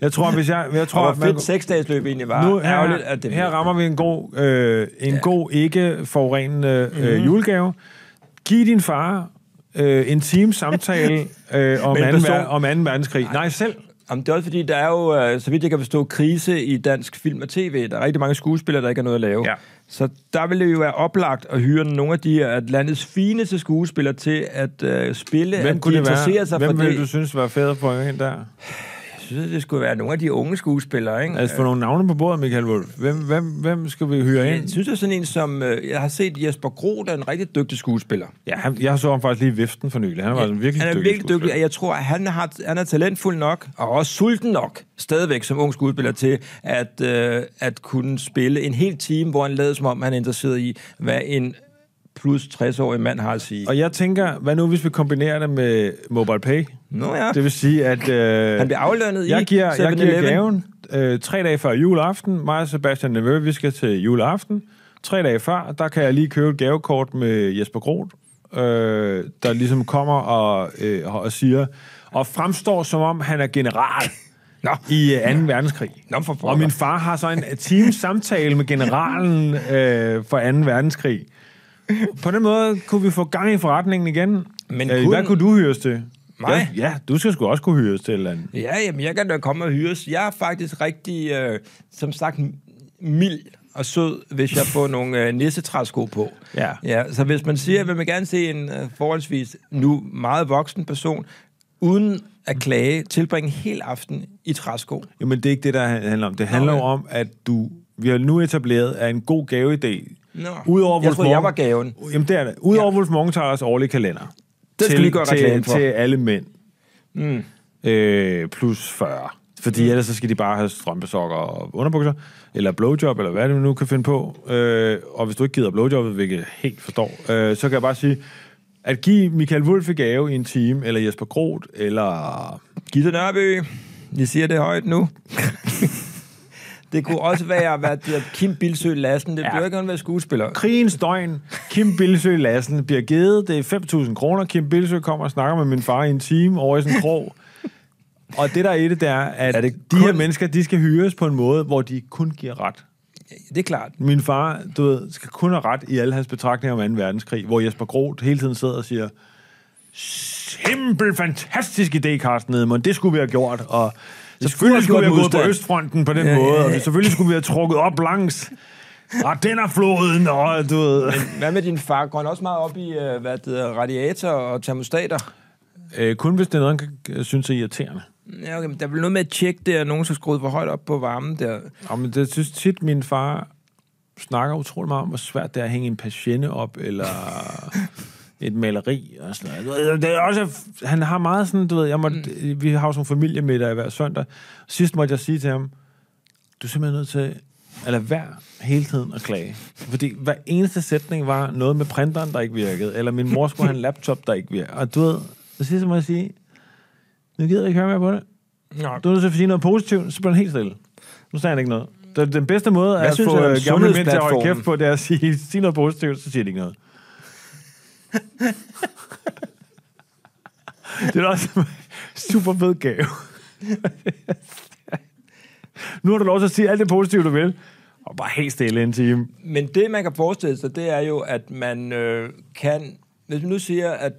Speaker 2: Jeg tror, hvis jeg... Jeg tror,
Speaker 1: Og
Speaker 2: at
Speaker 1: hvor fedt seksdagsløb egentlig var.
Speaker 2: nu her,
Speaker 1: Ærgerligt, at det
Speaker 2: her rammer vi en god, øh, en ja. god ikke forurenende
Speaker 1: Mhm.
Speaker 2: øh, julegave. Giv din far øh, en times samtale øh, om,
Speaker 1: Med en
Speaker 2: anden, ver-
Speaker 1: person.
Speaker 2: om anden verdenskrig. Nej, selv.
Speaker 1: Jamen, det er også fordi, der er jo, øh, så vidt jeg kan forstå, krise i dansk film og tv. Der er rigtig mange skuespillere, der ikke har noget at lave.
Speaker 2: Ja.
Speaker 1: Så der ville det jo være oplagt at hyre nogle af de her landets fineste skuespillere til at øh, spille,
Speaker 2: Hvem
Speaker 1: at
Speaker 2: kunne
Speaker 1: de
Speaker 2: det være?
Speaker 1: interesserer sig
Speaker 2: Hvem
Speaker 1: for det.
Speaker 2: ville du synes var fædre på en der?
Speaker 1: Jeg synes, det skulle være nogle af de unge skuespillere, ikke?
Speaker 2: Altså, få nogle navne på bordet, Michael Wolf. Hvem, hvem, hvem skal vi hyre
Speaker 1: jeg
Speaker 2: ind?
Speaker 1: synes, det er sådan en, som... Øh, jeg har set Jesper Groth, der er en rigtig dygtig skuespiller.
Speaker 2: Ja, han, jeg så ham faktisk lige i viften for nylig. Han var en virkelig
Speaker 1: han er
Speaker 2: dygtig
Speaker 1: virkelig dygtig,
Speaker 2: skuespiller.
Speaker 1: og jeg tror, at han, har, han er talentfuld nok, og også sulten nok, stadigvæk som ung skuespiller, til at, øh, at kunne spille en hel time, hvor han lader som om, han er interesseret i, hvad en plus 60-årig mand har at sige.
Speaker 2: Og jeg tænker, hvad nu hvis vi kombinerer det med mobile pay?
Speaker 1: Nå ja,
Speaker 2: Det vil sige, at... Øh,
Speaker 1: han bliver aflønnet
Speaker 2: jeg
Speaker 1: i
Speaker 2: giver, jeg giver
Speaker 1: 7-Eleven.
Speaker 2: gaven øh, tre dage før juleaften. Mig og Sebastian Nevø, vi skal til juleaften. Tre dage før, der kan jeg lige købe et gavekort med Jesper Groth, øh, der ligesom kommer og, øh, og siger, og fremstår som om, han er general
Speaker 1: Nå.
Speaker 2: i øh, 2. verdenskrig.
Speaker 1: Nå, for pokker.
Speaker 2: og min far har så en times samtale med generalen øh, for 2. verdenskrig. På den måde kunne vi få gang i forretningen igen.
Speaker 1: Men
Speaker 2: øh,
Speaker 1: kunne-
Speaker 2: Hvad kunne du hyres til?
Speaker 1: Mig?
Speaker 2: Ja, ja, du skal sgu også kunne hyres til et eller andet.
Speaker 1: Ja, jamen, jeg kan da komme og hyres. Jeg er faktisk rigtig, øh, som sagt, mild og sød, hvis jeg får nogle øh, nissetræsko på.
Speaker 2: Ja.
Speaker 1: ja. Så hvis man siger, vil man gerne se en øh, forholdsvis nu meget voksen person, uden at klage, tilbringe en hel aften i træsko.
Speaker 2: Jamen, det er ikke det, der handler om. Det handler jo
Speaker 1: ja.
Speaker 2: om, at du... Vi har nu etableret at en god gaveidé.
Speaker 1: Nå.
Speaker 2: Udover
Speaker 1: Jeg
Speaker 2: Wolf
Speaker 1: troede, jeg
Speaker 2: Morgen-
Speaker 1: var gaven.
Speaker 2: Jamen, det er det. Udover ja. Wolf Morgenthalers årlige kalender.
Speaker 1: skal vi lige gøre reklame
Speaker 2: til,
Speaker 1: for.
Speaker 2: til alle mænd. Mm. Øh, plus 40. Fordi mm. ellers så skal de bare have strømpesokker og underbukser. Eller blowjob, eller hvad det nu kan finde på. Øh, og hvis du ikke gider blowjobbet, hvilket jeg helt forstår, øh, så kan jeg bare sige, at give Michael Wolf i gave i en time, eller Jesper Groth, eller
Speaker 1: Gitte Nørby, vi siger det højt nu. det kunne også være, hvad det er, Kim Bilsø Lassen. Det
Speaker 2: Ja.
Speaker 1: ja. behøver ikke kun være skuespiller.
Speaker 2: krigens døgn. Kim Bilsø Lassen bliver givet. Det er 5.000 kroner. Kim Bilsø kommer og snakker med min far i en time over i sådan en krog. Og det, der er i det, det er, at er det de her
Speaker 1: kun-
Speaker 2: mennesker, de skal hyres på en måde, hvor de kun giver ret.
Speaker 1: Det er klart.
Speaker 2: Min far, du ved, skal kun have ret i alle hans betragtninger om 2. verdenskrig, hvor Jesper Groth hele tiden sidder og siger, simpel, fantastisk idé, Carsten Edmund, det skulle vi have gjort, og selvfølgelig
Speaker 1: have
Speaker 2: skulle
Speaker 1: gjort
Speaker 2: vi have gået på
Speaker 1: modstand."
Speaker 2: Østfronten på den
Speaker 1: Ja,
Speaker 2: måde,
Speaker 1: ja, ja.
Speaker 2: og selvfølgelig skulle vi have trukket op langs Ardennerfloden, og du ved...
Speaker 1: Hvad med din far? Går han også meget op i øh, hvad det hedder, radiator og termostater?
Speaker 2: Øh, kun hvis det er noget, han kan- øh, synes er irriterende.
Speaker 1: Ja, okay, men der er vel noget med at tjekke der, at nogen skal skrue for højt op på varmen der.
Speaker 2: Og, men det synes tit, min far snakker utrolig meget om, hvor svært det er at hænge en patiente op, eller et maleri og sådan noget. Du ved, Det er også, han har meget sådan, du ved, jeg måtte, vi har jo sådan en familiemiddag hver søndag. Sidst måtte jeg sige til ham, du er simpelthen nødt til at lade være hele tiden at klage. Fordi hver eneste sætning var noget med printeren, der ikke virkede, eller min mor skulle have en laptop, der ikke virkede. Og du ved, det sidste må jeg sige, nu gider jeg ikke høre mere på det.
Speaker 1: Nå,
Speaker 2: Du er nødt til at sige noget positivt, så bliver han helt stille. Nu sagde han ikke noget. Den, den bedste måde at
Speaker 1: synes
Speaker 2: få
Speaker 1: du om
Speaker 2: øh, gamle mænd til at holde
Speaker 1: sundhedsplatformen?
Speaker 2: kæft på, det er at sige, sige noget positivt, så siger de ikke noget. det er da også... Super fed gave. nu har du lov til at sige alt det positive, du vil. Og bare helt stille en time.
Speaker 1: Men det, man kan forestille sig, det er jo, at man øh, kan... Hvis vi nu siger, at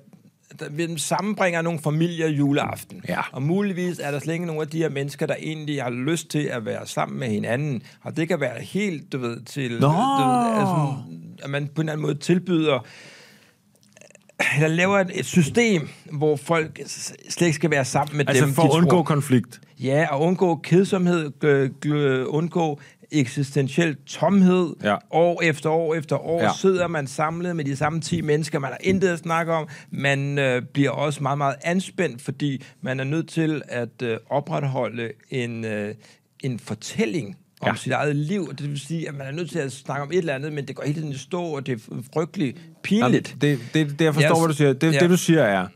Speaker 1: der- vi sammenbringer nogle familier juleaften,
Speaker 2: Ja.
Speaker 1: og muligvis er der slet ikke nogen af de her mennesker, der egentlig har lyst til at være sammen med hinanden, og det kan være helt, du ved, til... Du ved, altså, at man på en eller anden måde tilbyder eller laver et, et system, hvor folk s- slet ikke skal være sammen med
Speaker 2: Altså
Speaker 1: dem,
Speaker 2: for at
Speaker 1: de
Speaker 2: undgå
Speaker 1: tror.
Speaker 2: konflikt.
Speaker 1: Ja, og undgå kedsomhed, gl- gl- undgå eksistentiel tomhed.
Speaker 2: Ja.
Speaker 1: År efter år efter år
Speaker 2: Ja.
Speaker 1: ja. sidder man samlet med de samme 10 mennesker, man har intet at snakke om. Man øh, bliver også meget, meget anspændt, fordi man er nødt til at øh, opretholde en, øh, en fortælling om
Speaker 2: Ja.
Speaker 1: ja. sit eget liv. Det vil sige, at man er nødt til at snakke om et eller andet, men det går hele tiden i stå, og det er frygteligt pinligt.
Speaker 2: Jamen, Det, det, det, jeg forstår,
Speaker 1: Yes.
Speaker 2: hvad du siger. Det, ja.
Speaker 1: Ja.
Speaker 2: det, du siger er,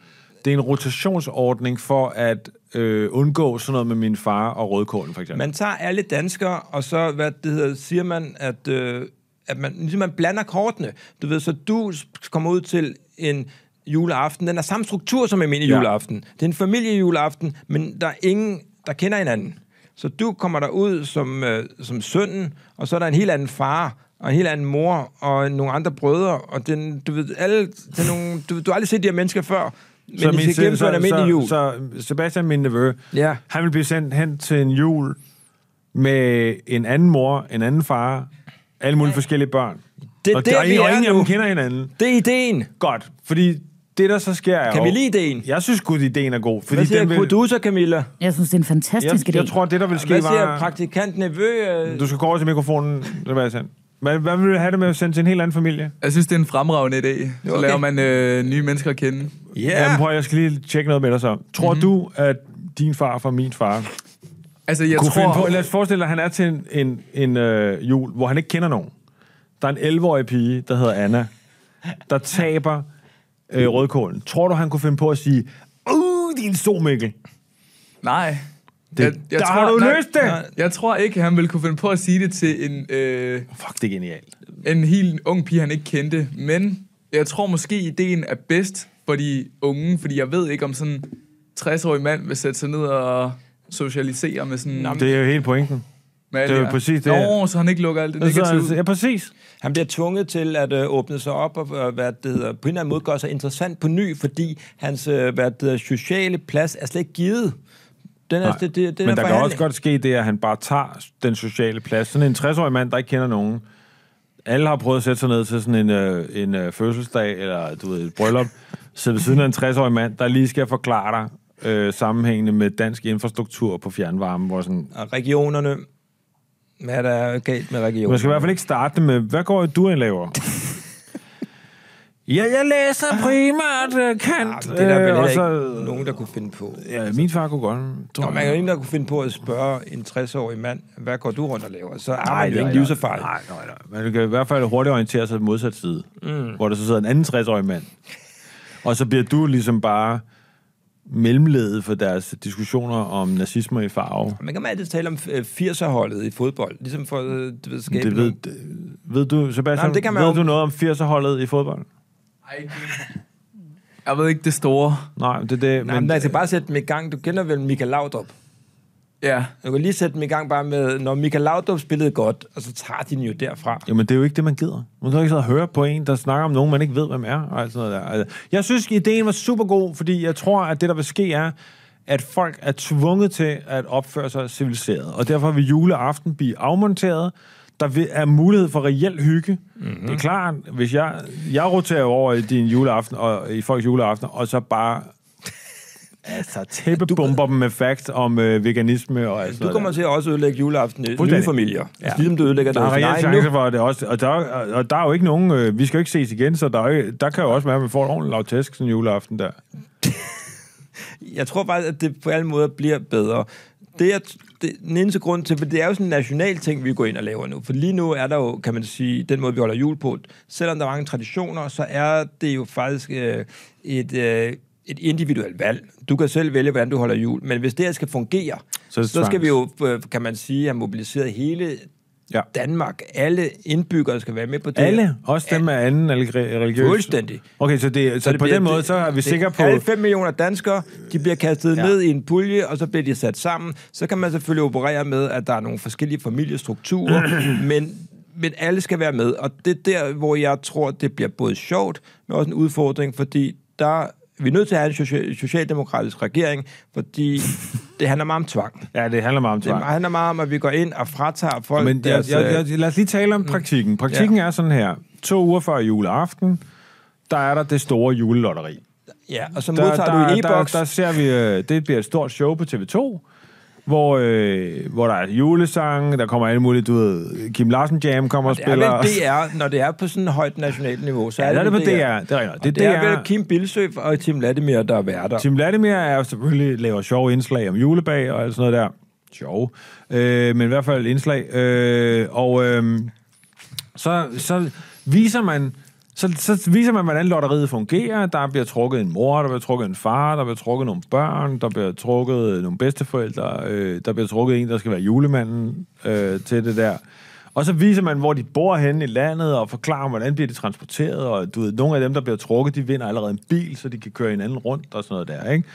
Speaker 2: det er en rotationsordning for at øh, undgå sådan noget med min far og rødkålen, for eksempel.
Speaker 1: Man tager alle danskere, og så hvad det hedder, siger man, at, øh, at man, ligesom man blander kortene. Du ved, så du s- kommer ud til en juleaften. Den er samme struktur som en almindelig
Speaker 2: Ja.
Speaker 1: ja. juleaften. Det er en familiejuleaften, men der er ingen, der kender hinanden. Så du kommer der ud som, øh, som sønnen, og så er der en helt anden far, og en helt anden mor, og nogle andre brødre, og den, du ved, alle, det er nogle, du, du har aldrig set de her mennesker før, men så de skal gennemføre en almindelig jul.
Speaker 2: Så, så Sebastian, min nevø,
Speaker 1: Ja.
Speaker 2: han vil blive sendt hen til en jul med en anden mor, en anden far, alle mulige forskellige børn.
Speaker 1: Det er
Speaker 2: og
Speaker 1: der,
Speaker 2: og
Speaker 1: vi
Speaker 2: ingen- og
Speaker 1: er
Speaker 2: ingen af dem
Speaker 1: nu.
Speaker 2: kender hinanden.
Speaker 1: Det er ideen.
Speaker 2: Godt, fordi det, der så sker... er
Speaker 1: Kan
Speaker 2: jo-
Speaker 1: vi lide ideen?
Speaker 2: Jeg synes godt ideen er god. Fordi
Speaker 1: Hvad siger
Speaker 2: den vil,
Speaker 1: producer, Camilla?
Speaker 5: Jeg synes, det er en fantastisk
Speaker 2: jeg,
Speaker 5: idé.
Speaker 2: jeg tror, det, der vil ske,
Speaker 1: Hvad siger
Speaker 2: var...
Speaker 1: praktikant Nevø? øh,
Speaker 2: Du skal gå over til mikrofonen, Sebastian. Hvad, hvad vil du have det med at sende til en helt anden familie?
Speaker 4: Jeg synes, det er en fremragende idé. Så
Speaker 1: Okay.
Speaker 4: lærer man øh, nye mennesker at kende.
Speaker 1: Ja.
Speaker 2: Jamen, prøv, jeg skal lige tjekke noget med dig så. Tror mm-hmm. du, at din far fra min far
Speaker 4: Altså, Mhm. jeg
Speaker 2: kunne finde
Speaker 4: tror...
Speaker 2: på. Lad os forestille dig, at han er til en, en, en øh, jul, hvor han ikke kender nogen. Der er en 11-årig pige, der hedder Anna, der taber øh,
Speaker 4: Mm.
Speaker 2: rødkålen. Tror du, han kunne finde på at sige, Uh, din so, Mikkel.
Speaker 4: Nej.
Speaker 2: Det, jeg, jeg der tror, har du
Speaker 4: nej,
Speaker 2: løst det!
Speaker 4: nej, Jeg tror ikke, han ville kunne finde på at sige det til en, øh,
Speaker 2: Fuck, det er genialt.
Speaker 4: en helt ung pige, han ikke kendte. Men jeg tror måske, ideen er bedst for de unge, fordi jeg ved ikke, om sådan en 60-årig mand vil sætte sig ned og socialisere med sådan... Nå,
Speaker 2: Det er jo helt pointen.
Speaker 4: med
Speaker 2: det er jo præcis det.
Speaker 4: Nå, så han ikke lukker alt det
Speaker 2: Altså,
Speaker 4: negative
Speaker 2: altså,
Speaker 4: ud.
Speaker 2: ja, præcis.
Speaker 1: Han bliver tvunget til at øh, åbne sig op og øh, hvad det hedder, på en eller anden måde gøre sig interessant på ny, fordi hans øh, hvad det hedder, sociale plads er slet ikke givet. Den er,
Speaker 2: Nej.
Speaker 1: det, det, det, den
Speaker 2: Men
Speaker 1: er
Speaker 2: der kan
Speaker 1: forhandlet.
Speaker 2: også godt ske det, at han bare tager den sociale plads. Sådan en 60-årig mand, der ikke kender nogen. Alle har prøvet at sætte sig ned til sådan en, øh, en øh, fødselsdag, eller du ved, et bryllup, sidde ved siden af en 60-årig mand, der lige skal forklare dig øh, sammenhængende med dansk infrastruktur på fjernvarme. Hvor sådan,
Speaker 1: Og regionerne. Hvad er der galt med regionerne?
Speaker 2: man skal i hvert fald ikke starte med, hvad går du ind laver? ja, jeg læser primært øh,
Speaker 1: Ah,
Speaker 2: kant.
Speaker 1: men det er der vel
Speaker 2: øh, og
Speaker 1: heller
Speaker 2: så,
Speaker 1: ikke nogen, der kunne finde på.
Speaker 2: ja, min far kunne godt. tror
Speaker 1: Nå,
Speaker 2: jeg.
Speaker 1: man kan jo ikke der kunne finde på at spørge en 60-årig mand, hvad går du rundt og laver? Så er man
Speaker 2: Nej,
Speaker 1: jo
Speaker 2: nej,
Speaker 1: ikke
Speaker 2: nej.
Speaker 1: livserfaring.
Speaker 2: Nej, nej, nej. Man kan i hvert fald hurtigt orientere sig i modsat side, mm. hvor der så sidder en anden 60-årig mand. Og så bliver du ligesom bare mellemledet for deres diskussioner om nazisme i farve.
Speaker 1: Man kan man altid tale om øh, 80'er-holdet i fodbold, ligesom for øh, du ved, at skabe
Speaker 2: Det ved,
Speaker 1: nogle-
Speaker 2: det- ved du, Sebastian,
Speaker 1: Nej, men
Speaker 2: det kan man ved
Speaker 1: jo-
Speaker 2: du noget om 80'er-holdet i fodbold?
Speaker 4: Ej, det- Jeg ved ikke det store.
Speaker 2: Nej, det er det.
Speaker 1: Nej, men, men jeg skal bare sætte dem i gang. Du kender vel Michael Laudrup?
Speaker 4: Ja.
Speaker 1: Du kan lige sætte dem i gang bare med, når Michael Laudrup spillede godt, og så tager de den jo derfra.
Speaker 2: Jamen, det er jo ikke det, man gider. Man kan jo ikke sidde og høre på en, der snakker om nogen, man ikke ved, hvem er. Og alt sådan noget der. Altså, Jeg synes, ideen var super god, fordi jeg tror, at det, der vil ske, er, at folk er tvunget til at opføre sig civiliseret. Og derfor vil juleaften blive afmonteret. Der vil- er mulighed for reelt hygge.
Speaker 1: Mhm.
Speaker 2: Mm-hmm. Det er klart, hvis jeg, jeg roterer jo over i din juleaften, og i folks juleaften, og så bare altså, tæppebomber dem med facts om øh, veganisme og alt sådan
Speaker 1: Du
Speaker 2: noget der.
Speaker 1: kommer til at også ødelægge juleaften i nye
Speaker 2: Fuldstændig.
Speaker 1: familier. Ja. Ligesom du ødelægger
Speaker 2: Der er
Speaker 1: deres
Speaker 2: reelt
Speaker 1: nej
Speaker 2: chance
Speaker 1: nu.
Speaker 2: for at det også. Og der, og og der er jo ikke nogen... Øh, vi skal jo ikke ses igen, så der, er, jo ikke- der kan jo også være, at man får et ordentligt lavtæsk sådan en juleaften der.
Speaker 1: Jeg tror bare, at det på alle måder bliver bedre. Det er det, den eneste grund til, for det er jo sådan en national ting, vi går ind og laver nu. For lige nu er der jo, kan man sige, den måde, vi holder jul på. Selvom der er mange traditioner, så er det jo faktisk øh, et, øh, et individuelt valg. Du kan selv vælge, hvordan du holder jul. Men hvis det her skal fungere,
Speaker 2: Så
Speaker 1: så,
Speaker 2: er det
Speaker 1: så skal
Speaker 2: tvangs.
Speaker 1: vi jo, øh, kan man sige, have mobiliseret hele
Speaker 2: Ja.
Speaker 1: Danmark. Alle indbyggere skal være med på det.
Speaker 2: Alle? Også dem med anden alge- religiøs?
Speaker 1: Fuldstændig.
Speaker 2: Okay, så, det, så, så det på
Speaker 1: bliver-
Speaker 2: den måde, så er vi
Speaker 1: det-
Speaker 2: sikre på...
Speaker 1: Alle 5 millioner danskere, de bliver kastet
Speaker 2: Ja.
Speaker 1: ja. ned i en pulje, og så bliver de sat sammen. Så kan man selvfølgelig operere med, at der er nogle forskellige familiestrukturer, men, men alle skal være med. Og det er der, hvor jeg tror, det bliver både sjovt, men også en udfordring, fordi der... Vi er nødt til at have en social- socialdemokratisk regering, fordi det handler meget om tvang.
Speaker 2: Ja, det handler meget om
Speaker 1: Det
Speaker 2: tvang.
Speaker 1: handler meget om, at vi går ind og fratager folk
Speaker 2: Men jeg,
Speaker 1: deres...
Speaker 2: jeg,
Speaker 1: øh,
Speaker 2: jeg, lad os lige tale om praktikken. Praktikken ja. er sådan her. To uger før juleaften, der er der det store julelotteri.
Speaker 1: ja, og så
Speaker 2: Der,
Speaker 1: modtager
Speaker 2: der,
Speaker 1: du en
Speaker 2: der,
Speaker 1: e-boks.
Speaker 2: der ser vi, øh, det bliver et stort show på TV2, hvor, øh, hvor der er julesang, der kommer alle mulige, du ved, Kim Larsen Jam kommer og
Speaker 1: Det er vel
Speaker 2: spiller.
Speaker 1: DR, når det er på sådan et højt nationalt niveau, så
Speaker 2: Ja,
Speaker 1: er
Speaker 2: der er
Speaker 1: det,
Speaker 2: det på DR.
Speaker 1: vel
Speaker 2: Det er, det er,
Speaker 1: Det,
Speaker 2: det
Speaker 1: det er
Speaker 2: DR.
Speaker 1: vel Kim Bilsøf og Tim Latimer, der er værter.
Speaker 2: Tim Latimer er jo selvfølgelig laver sjove indslag om julebag og alt sådan noget der. Sjov. Øh, men i hvert fald indslag. Øh, og øh, så, så viser man... Så, så viser man, hvordan lotteriet fungerer. Der bliver trukket en mor, der bliver trukket en far, der bliver trukket nogle børn, der bliver trukket nogle bedsteforældre, øh, der bliver trukket en, der skal være julemanden øh, til det der. Og så viser man, hvor de bor henne i landet, og forklarer, hvordan bliver de transporteret, og du ved, nogle af dem, der bliver trukket, de vinder allerede en bil, så de kan køre hinanden rundt og sådan noget der, ikke?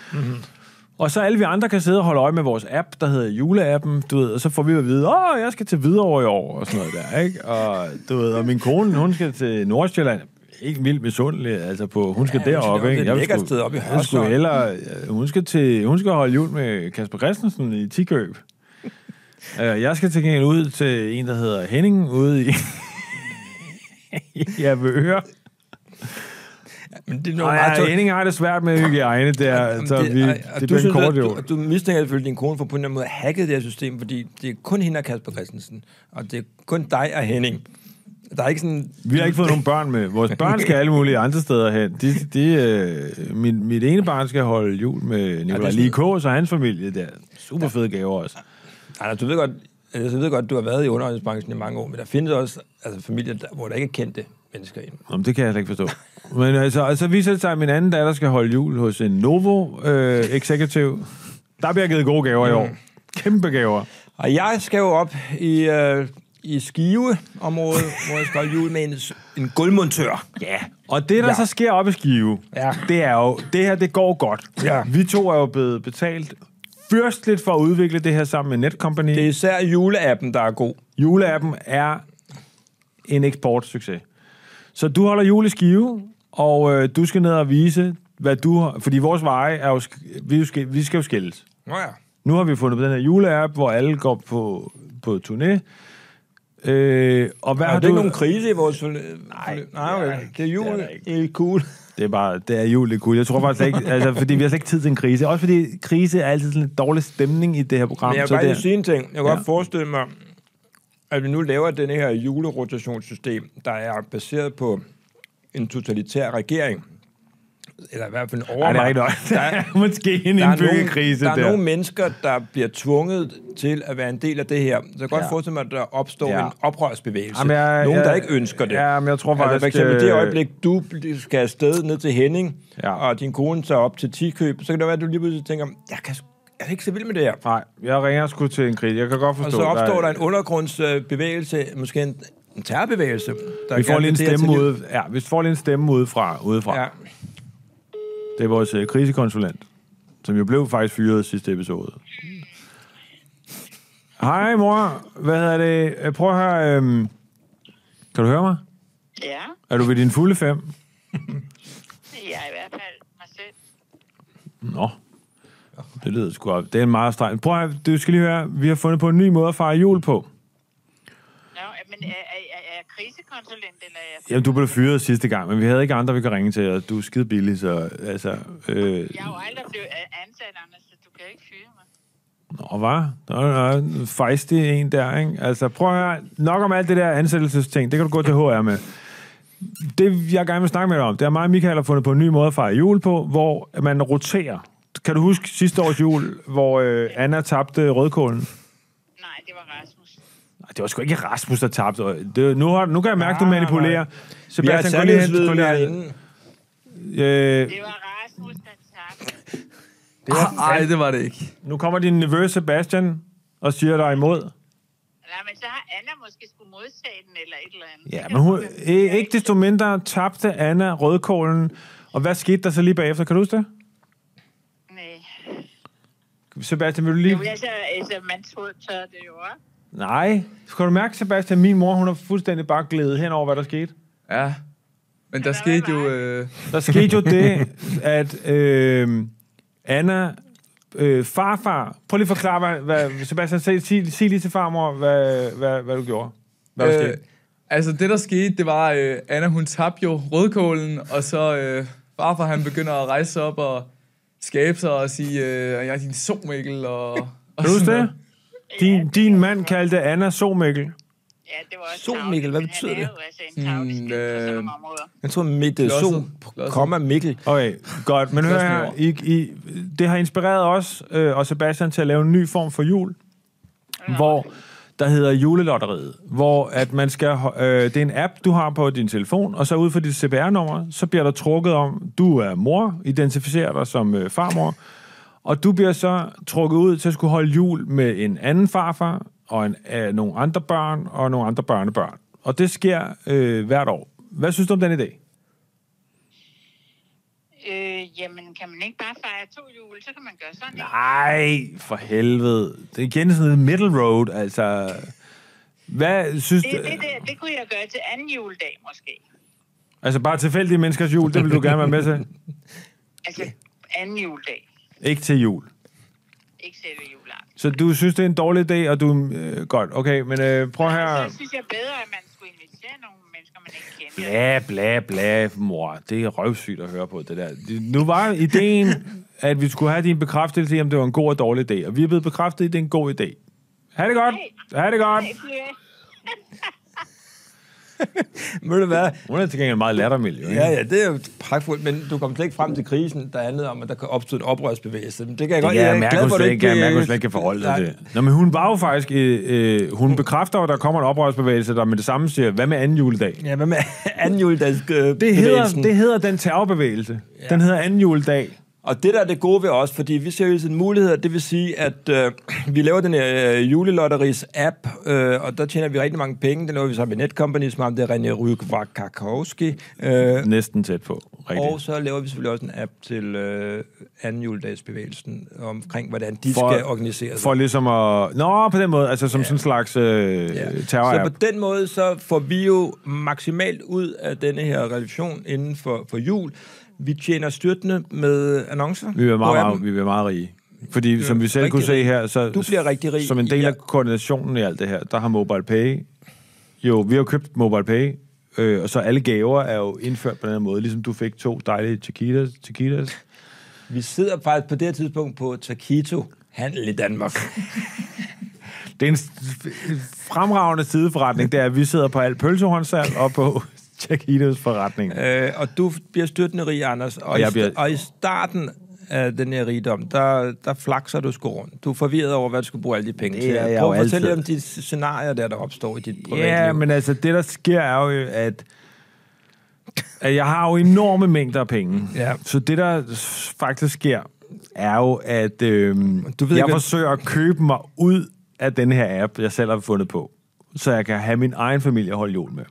Speaker 2: Og så alle vi andre kan sidde og holde øje med vores app, der hedder juleappen, du ved, og så får vi at vide, åh, jeg skal til Hvidovre i år, og sådan noget der, ikke? Og, du ved, og min kone, hun skal til Nordsjælland, ikke vildt misundelig, altså på, hun skal ja,
Speaker 1: hun skal
Speaker 2: deroppe,
Speaker 1: op
Speaker 2: ikke?
Speaker 1: et
Speaker 2: Jeg
Speaker 1: lækkert
Speaker 2: skulle-
Speaker 1: sted oppe i
Speaker 2: jeg skulle
Speaker 1: Hørsholm.
Speaker 2: hellere, hun skal, til, hun skal holde jul med Kasper Christensen i Tikøb. Øh, jeg skal til gengæld ud til en, der hedder Henning, ude i... jeg vil høre.
Speaker 1: Men det er noget
Speaker 2: Nej,
Speaker 1: meget tungt.
Speaker 2: Henning har det svært med hygiejne der,
Speaker 1: Jamen,
Speaker 2: så vi,
Speaker 1: og-
Speaker 2: det,
Speaker 1: og
Speaker 2: bliver en
Speaker 1: synes,
Speaker 2: kort
Speaker 1: at
Speaker 2: jul.
Speaker 1: du, du mistænker selvfølgelig din kone for på en eller anden måde at hacke det her system, fordi det er kun hende og Kasper Christensen, og det er kun dig og Henning. Der er ikke sådan...
Speaker 2: Vi har ikke fået nogen børn med. Vores børn skal alle mulige andre steder hen. De, de, øh, mit, mit ene barn skal holde jul med Nicolai
Speaker 1: sådan-
Speaker 2: Lee Kås og hans familie der. Super fede gaver også.
Speaker 1: Anders, du ved godt, altså, jeg ved godt, du har været i underholdningsbranchen i mange år, men der findes også altså, familier, der, hvor der ikke er kendte mennesker ind.
Speaker 2: Nå, men det kan jeg slet ikke forstå. Men altså, og så viser det sig, at min anden datter skal holde jul hos en Novo øh, Executive. Der bliver givet gode gaver i år. Kæmpe gaver.
Speaker 1: Og jeg skal jo op i, øh, i Skive-området, hvor jeg skal holde jul med en, en gulvmontør. Ja.
Speaker 2: Og det, der ja.
Speaker 1: Ja.
Speaker 2: så sker op i Skive, ja.
Speaker 1: Ja.
Speaker 2: det er jo, det her, det går godt.
Speaker 1: Ja.
Speaker 2: Vi to er jo blevet betalt fyrstligt for at udvikle det her sammen med Netcompany.
Speaker 1: Det er især juleappen, der er god.
Speaker 2: Juleappen er en eksportsucces. Så du holder jul i Skive, og øh, du skal ned og vise, hvad du har... Fordi vores veje er jo... sk- Vi, er jo sk- vi skal jo skilles.
Speaker 1: Nå ja.
Speaker 2: Nu har vi fundet på den her juleapp, hvor alle går på, på turné. Øh, og hvad
Speaker 1: Er
Speaker 2: har
Speaker 1: der
Speaker 2: du...
Speaker 1: ikke nogen krise i vores forløb? Nej,
Speaker 2: det er
Speaker 1: Nej
Speaker 2: der
Speaker 1: okay.
Speaker 2: ikke.
Speaker 1: det er
Speaker 2: Det
Speaker 1: jul.
Speaker 2: er der ikke.
Speaker 1: Det er cool.
Speaker 2: Det er bare, det er jul, det er cool. Jeg tror faktisk ikke, altså, fordi vi har slet ikke tid til en krise. Også fordi krise er altid sådan en dårlig stemning i det her program.
Speaker 1: Men jeg
Speaker 2: så
Speaker 1: vil bare
Speaker 2: det,
Speaker 1: lige sige en ting. Jeg kan
Speaker 2: Ja.
Speaker 1: godt forestille mig, at vi nu laver den her julerotationssystem, der er baseret på en totalitær regering. Eller i hvert fald en
Speaker 2: Ej, det er
Speaker 1: overmagt.
Speaker 2: ikke nok. Der er måske en
Speaker 1: der er,
Speaker 2: indbygget
Speaker 1: nogle,
Speaker 2: krise
Speaker 1: der er
Speaker 2: der.
Speaker 1: nogle mennesker, der bliver tvunget til at være en del af det her. Så jeg kan godt
Speaker 2: Ja.
Speaker 1: forestille mig, at der opstår
Speaker 2: Ja.
Speaker 1: en oprørsbevægelse.
Speaker 2: Jamen, jeg-
Speaker 1: Nogen, der
Speaker 2: jeg-
Speaker 1: ikke ønsker det.
Speaker 2: Ja, men jeg tror
Speaker 1: Altså for
Speaker 2: faktisk,
Speaker 1: eksempel
Speaker 2: øh,
Speaker 1: det øjeblik, du bl- skal afsted ned til Henning,
Speaker 2: Ja.
Speaker 1: ja. og din kone tager op til Tikøb, så kan det være, at du lige pludselig tænker, jeg, kan, sgu- jeg er ikke så vild med det her.
Speaker 2: Nej, jeg ringer sgu til en krig. Jeg kan
Speaker 1: Og
Speaker 2: godt forstå.
Speaker 1: så opstår der en undergrundsbevægelse, måske en, en terrorbevægelse. Der
Speaker 2: Vi får
Speaker 1: gerne
Speaker 2: lige
Speaker 1: vil
Speaker 2: en
Speaker 1: det her
Speaker 2: stemme
Speaker 1: til liv.
Speaker 2: ude. Ja, vi får lige en stemme udefra. udefra.
Speaker 1: Ja.
Speaker 2: Ja. Det er vores øh, krisekonsulent, som jo blev faktisk fyret i sidste episode. Hej mor, hvad hedder det? Øh, Prøv at høre, øhm, kan du høre mig?
Speaker 6: Ja,
Speaker 2: Er du ved din fulde fem?
Speaker 6: jeg er i hvert fald mig selv.
Speaker 2: Nå, det lyder sgu op. Det er en meget streng. Prøv at høre, du skal lige høre, vi har fundet på en ny måde at fejre jul på.
Speaker 6: Nå, men er, er, er, er jeg krisekonsulent, eller er jeg...
Speaker 2: Jamen, du blev fyret sidste gang, men vi havde ikke andre, vi kan ringe til, og du er skide billig, så altså... Øh,
Speaker 6: Jeg er jo aldrig blevet ansat, Anders, så du kan jo ikke fyre mig.
Speaker 2: Nå, hvad? Der er en fejstig en der, ikke? Altså, prøv at høre. Nok om alt det der ansættelsesting. Det kan du gå til HR med. Det, jeg gerne vil snakke med dig om, det er mig og Michael har fundet på en ny måde at fejre jul på, hvor man roterer. Kan du huske sidste års jul, hvor øh, Anna tabte rødkålen?
Speaker 6: Nej, det var Rasmus.
Speaker 2: Nej, det var sgu ikke Rasmus, der tabte. Det, nu, har, nu kan jeg mærke, du manipulerer.
Speaker 1: Vi har
Speaker 2: Sebastian, gå lige hen. Gå
Speaker 1: sandhedsviden
Speaker 2: lige
Speaker 1: herinde.
Speaker 2: hen. Øh,
Speaker 6: Det var Rasmus, der tabte.
Speaker 4: Nej, Ah, det var det ikke.
Speaker 2: nu kommer din nevø Sebastian og siger dig imod.
Speaker 6: Nej, men så har Anna måske skulle modtage den eller et eller andet.
Speaker 2: Ja, men hun, i- ikke desto mindre tabte Anna rødkålen. Og hvad skete der så lige bagefter? Kan du huske det?
Speaker 6: Nej.
Speaker 2: Sebastian, vil du
Speaker 6: Jo,
Speaker 2: lige...
Speaker 6: altså, altså man tør, tør det jo op.
Speaker 2: Nej. Skal du mærke, Sebastian, min mor, hun har fuldstændig bare glædet hen over, hvad der skete?
Speaker 4: Ja. Men der
Speaker 6: der
Speaker 4: skete
Speaker 6: var
Speaker 4: jo...
Speaker 6: meget.
Speaker 4: Øh,
Speaker 2: Der skete jo det, at øh, Anna, øh, farfar... Prøv lige at forklare, hvad, hvad Sebastian, sig, sig, sig lige til farmor, hvad, hvad, hvad du gjorde. Hvad der
Speaker 4: øh,
Speaker 2: skete.
Speaker 4: altså, det der skete, det var, øh, Anna hun tabte jo rødkålen, og så øh, farfar han begynder at rejse sig op og skabe sig og sige, øh, jeg er din somikkel, og... og
Speaker 2: Kan du huske
Speaker 4: sådan
Speaker 2: det?
Speaker 4: noget.
Speaker 2: Din, din mand kaldte Anna Somikkel.
Speaker 6: Ja, det var også
Speaker 1: Sol,
Speaker 6: tarveligt,
Speaker 1: Mikkel, hvad
Speaker 6: men
Speaker 1: betyder
Speaker 6: han
Speaker 1: det?
Speaker 6: er jo altså en tavlig på sådan nogle områder.
Speaker 1: Jeg tror, Mikkel,
Speaker 4: Klodset.
Speaker 1: Sol,
Speaker 4: Klodset.
Speaker 1: komma Mikkel.
Speaker 2: Okay, godt. Men hør
Speaker 4: Første
Speaker 2: her,
Speaker 4: ord.
Speaker 2: I, I, det har inspireret os øh, og Sebastian til at lave en ny form for jul, hvor der hedder julelotteriet, hvor at man skal, ho- øh, det er en app, du har på din telefon, og så ud fra dit CPR-nummer, så bliver der trukket om, du er mor, identificerer dig som øh, farmor, og du bliver så trukket ud til at skulle holde jul med en anden farfar, og en, øh, nogle andre børn, og nogle andre børnebørn. Og det sker øh, hvert år. Hvad synes du om den idé?
Speaker 6: Øh, jamen, kan man ikke bare fejre to jul, så kan man gøre sådan. ikke?
Speaker 2: Nej, for helvede. Det er igen sådan noget middle road, altså... Hvad synes du...
Speaker 6: Det, det, det, det kunne jeg gøre til anden juledag, måske.
Speaker 2: Altså bare tilfældige menneskers jul, det vil du gerne være med til.
Speaker 6: Altså, anden juledag.
Speaker 2: Ikke til jul.
Speaker 6: Ikke selve juleaften.
Speaker 2: Så du synes, det er en dårlig idé, og du... Øh, godt, okay, men øh, prøv her...
Speaker 6: Så synes jeg bedre, at man skulle invitere nogle mennesker, man ikke kender.
Speaker 2: Bla, bla, bla, mor. Det er røvsygt at høre på, det der. Det- Nu var ideen, at vi skulle have din bekræftelse i, om det var en god og dårlig idé. Og vi er blevet bekræftet i, at det er en god idé. Ha' det godt! Ha' det godt!
Speaker 6: Ja.
Speaker 1: Ved du hvad?
Speaker 2: Hun er til gengæld meget lattermild, jo. ikke?
Speaker 1: Ja, ja, det er jo pragtfuldt, men du kom slet ikke frem til krisen, der handlede om, at der opstod et oprørsbevægelse. Men det kan jeg godt
Speaker 2: Ja,
Speaker 1: er
Speaker 2: jeg mærker,
Speaker 1: glad
Speaker 2: hun
Speaker 1: for, at
Speaker 2: slet
Speaker 1: du
Speaker 2: ikke, jeg
Speaker 1: øh,
Speaker 2: mærker, hun slet ikke kan forholde sig
Speaker 1: nej.
Speaker 2: til. det. Nå, men hun var jo faktisk... Øh, øh, hun bekræfter, at der kommer en oprørsbevægelse, der med det samme siger, hvad med anden juledag?
Speaker 1: Ja, hvad med anden juledags øh,
Speaker 2: Det hedder,
Speaker 1: bevægelsen?
Speaker 2: det hedder den terrorbevægelse. Ja. Den hedder anden juledag.
Speaker 1: Og det der er det gode ved os, fordi vi ser jo hele tiden muligheder, det vil sige, at øh, vi laver den her øh, julelotteris app, øh, og der tjener vi rigtig mange penge. Den laver vi sammen med Netcompany, som ham det er René Rygvakakowski. Øh,
Speaker 2: Næsten tæt på,
Speaker 1: og
Speaker 2: rigtigt.
Speaker 1: så laver vi selvfølgelig også en app til øh, anden juledagsbevægelsen, omkring hvordan de
Speaker 2: For-
Speaker 1: for, skal organisere sig.
Speaker 2: For ligesom at... Nå, på den måde, altså som ja. sådan en slags øh,
Speaker 1: Ja.
Speaker 2: ja. terror
Speaker 1: Så på den måde, så får vi jo maksimalt ud af denne her revolution inden for, for jul. Vi tjener styrtende med annoncer.
Speaker 2: Vi bliver
Speaker 1: på
Speaker 2: meget,
Speaker 1: appen.
Speaker 2: meget, vi bliver meget rige. Fordi som vi selv
Speaker 1: rigtig
Speaker 2: kunne se
Speaker 1: rig.
Speaker 2: her, så
Speaker 1: Du bliver rigtig rig.
Speaker 2: som en del
Speaker 1: Ja.
Speaker 2: af koordinationen i alt det her, der har MobilePay jo, vi har jo købt MobilePay, øh, og så alle gaver er jo indført på den her måde, ligesom du fik to dejlige taquitos. taquitos.
Speaker 1: Vi sidder faktisk på det her tidspunkt på Taquito Handel i Danmark.
Speaker 2: Det er en s- f- fremragende sideforretning, det er, at vi sidder på alt pølsehåndsalg og på taquitos forretning.
Speaker 1: øh, og du bliver styrtende rig, Anders. Og, og,
Speaker 2: jeg
Speaker 1: i,
Speaker 2: bliver-
Speaker 1: bliver... og i starten af den her rigdom, der, der flakser du sgu rundt. Du er forvirret over, hvad du skulle bruge alle de penge
Speaker 2: Det
Speaker 1: til.
Speaker 2: er jeg
Speaker 1: Prøv
Speaker 2: jo
Speaker 1: at fortælle
Speaker 2: altid.
Speaker 1: lidt om de scenarier, der, der opstår i dit privatliv.
Speaker 2: Ja, men altså, det der sker er jo, at, at jeg har jo enorme mængder af penge.
Speaker 1: Ja.
Speaker 2: Så det der s- faktisk sker, er jo, at øh, du ved jeg
Speaker 1: ikke, hvad-
Speaker 2: forsøger at købe mig ud af den her app, jeg selv har fundet på, så jeg kan have min egen familie at holde jul med.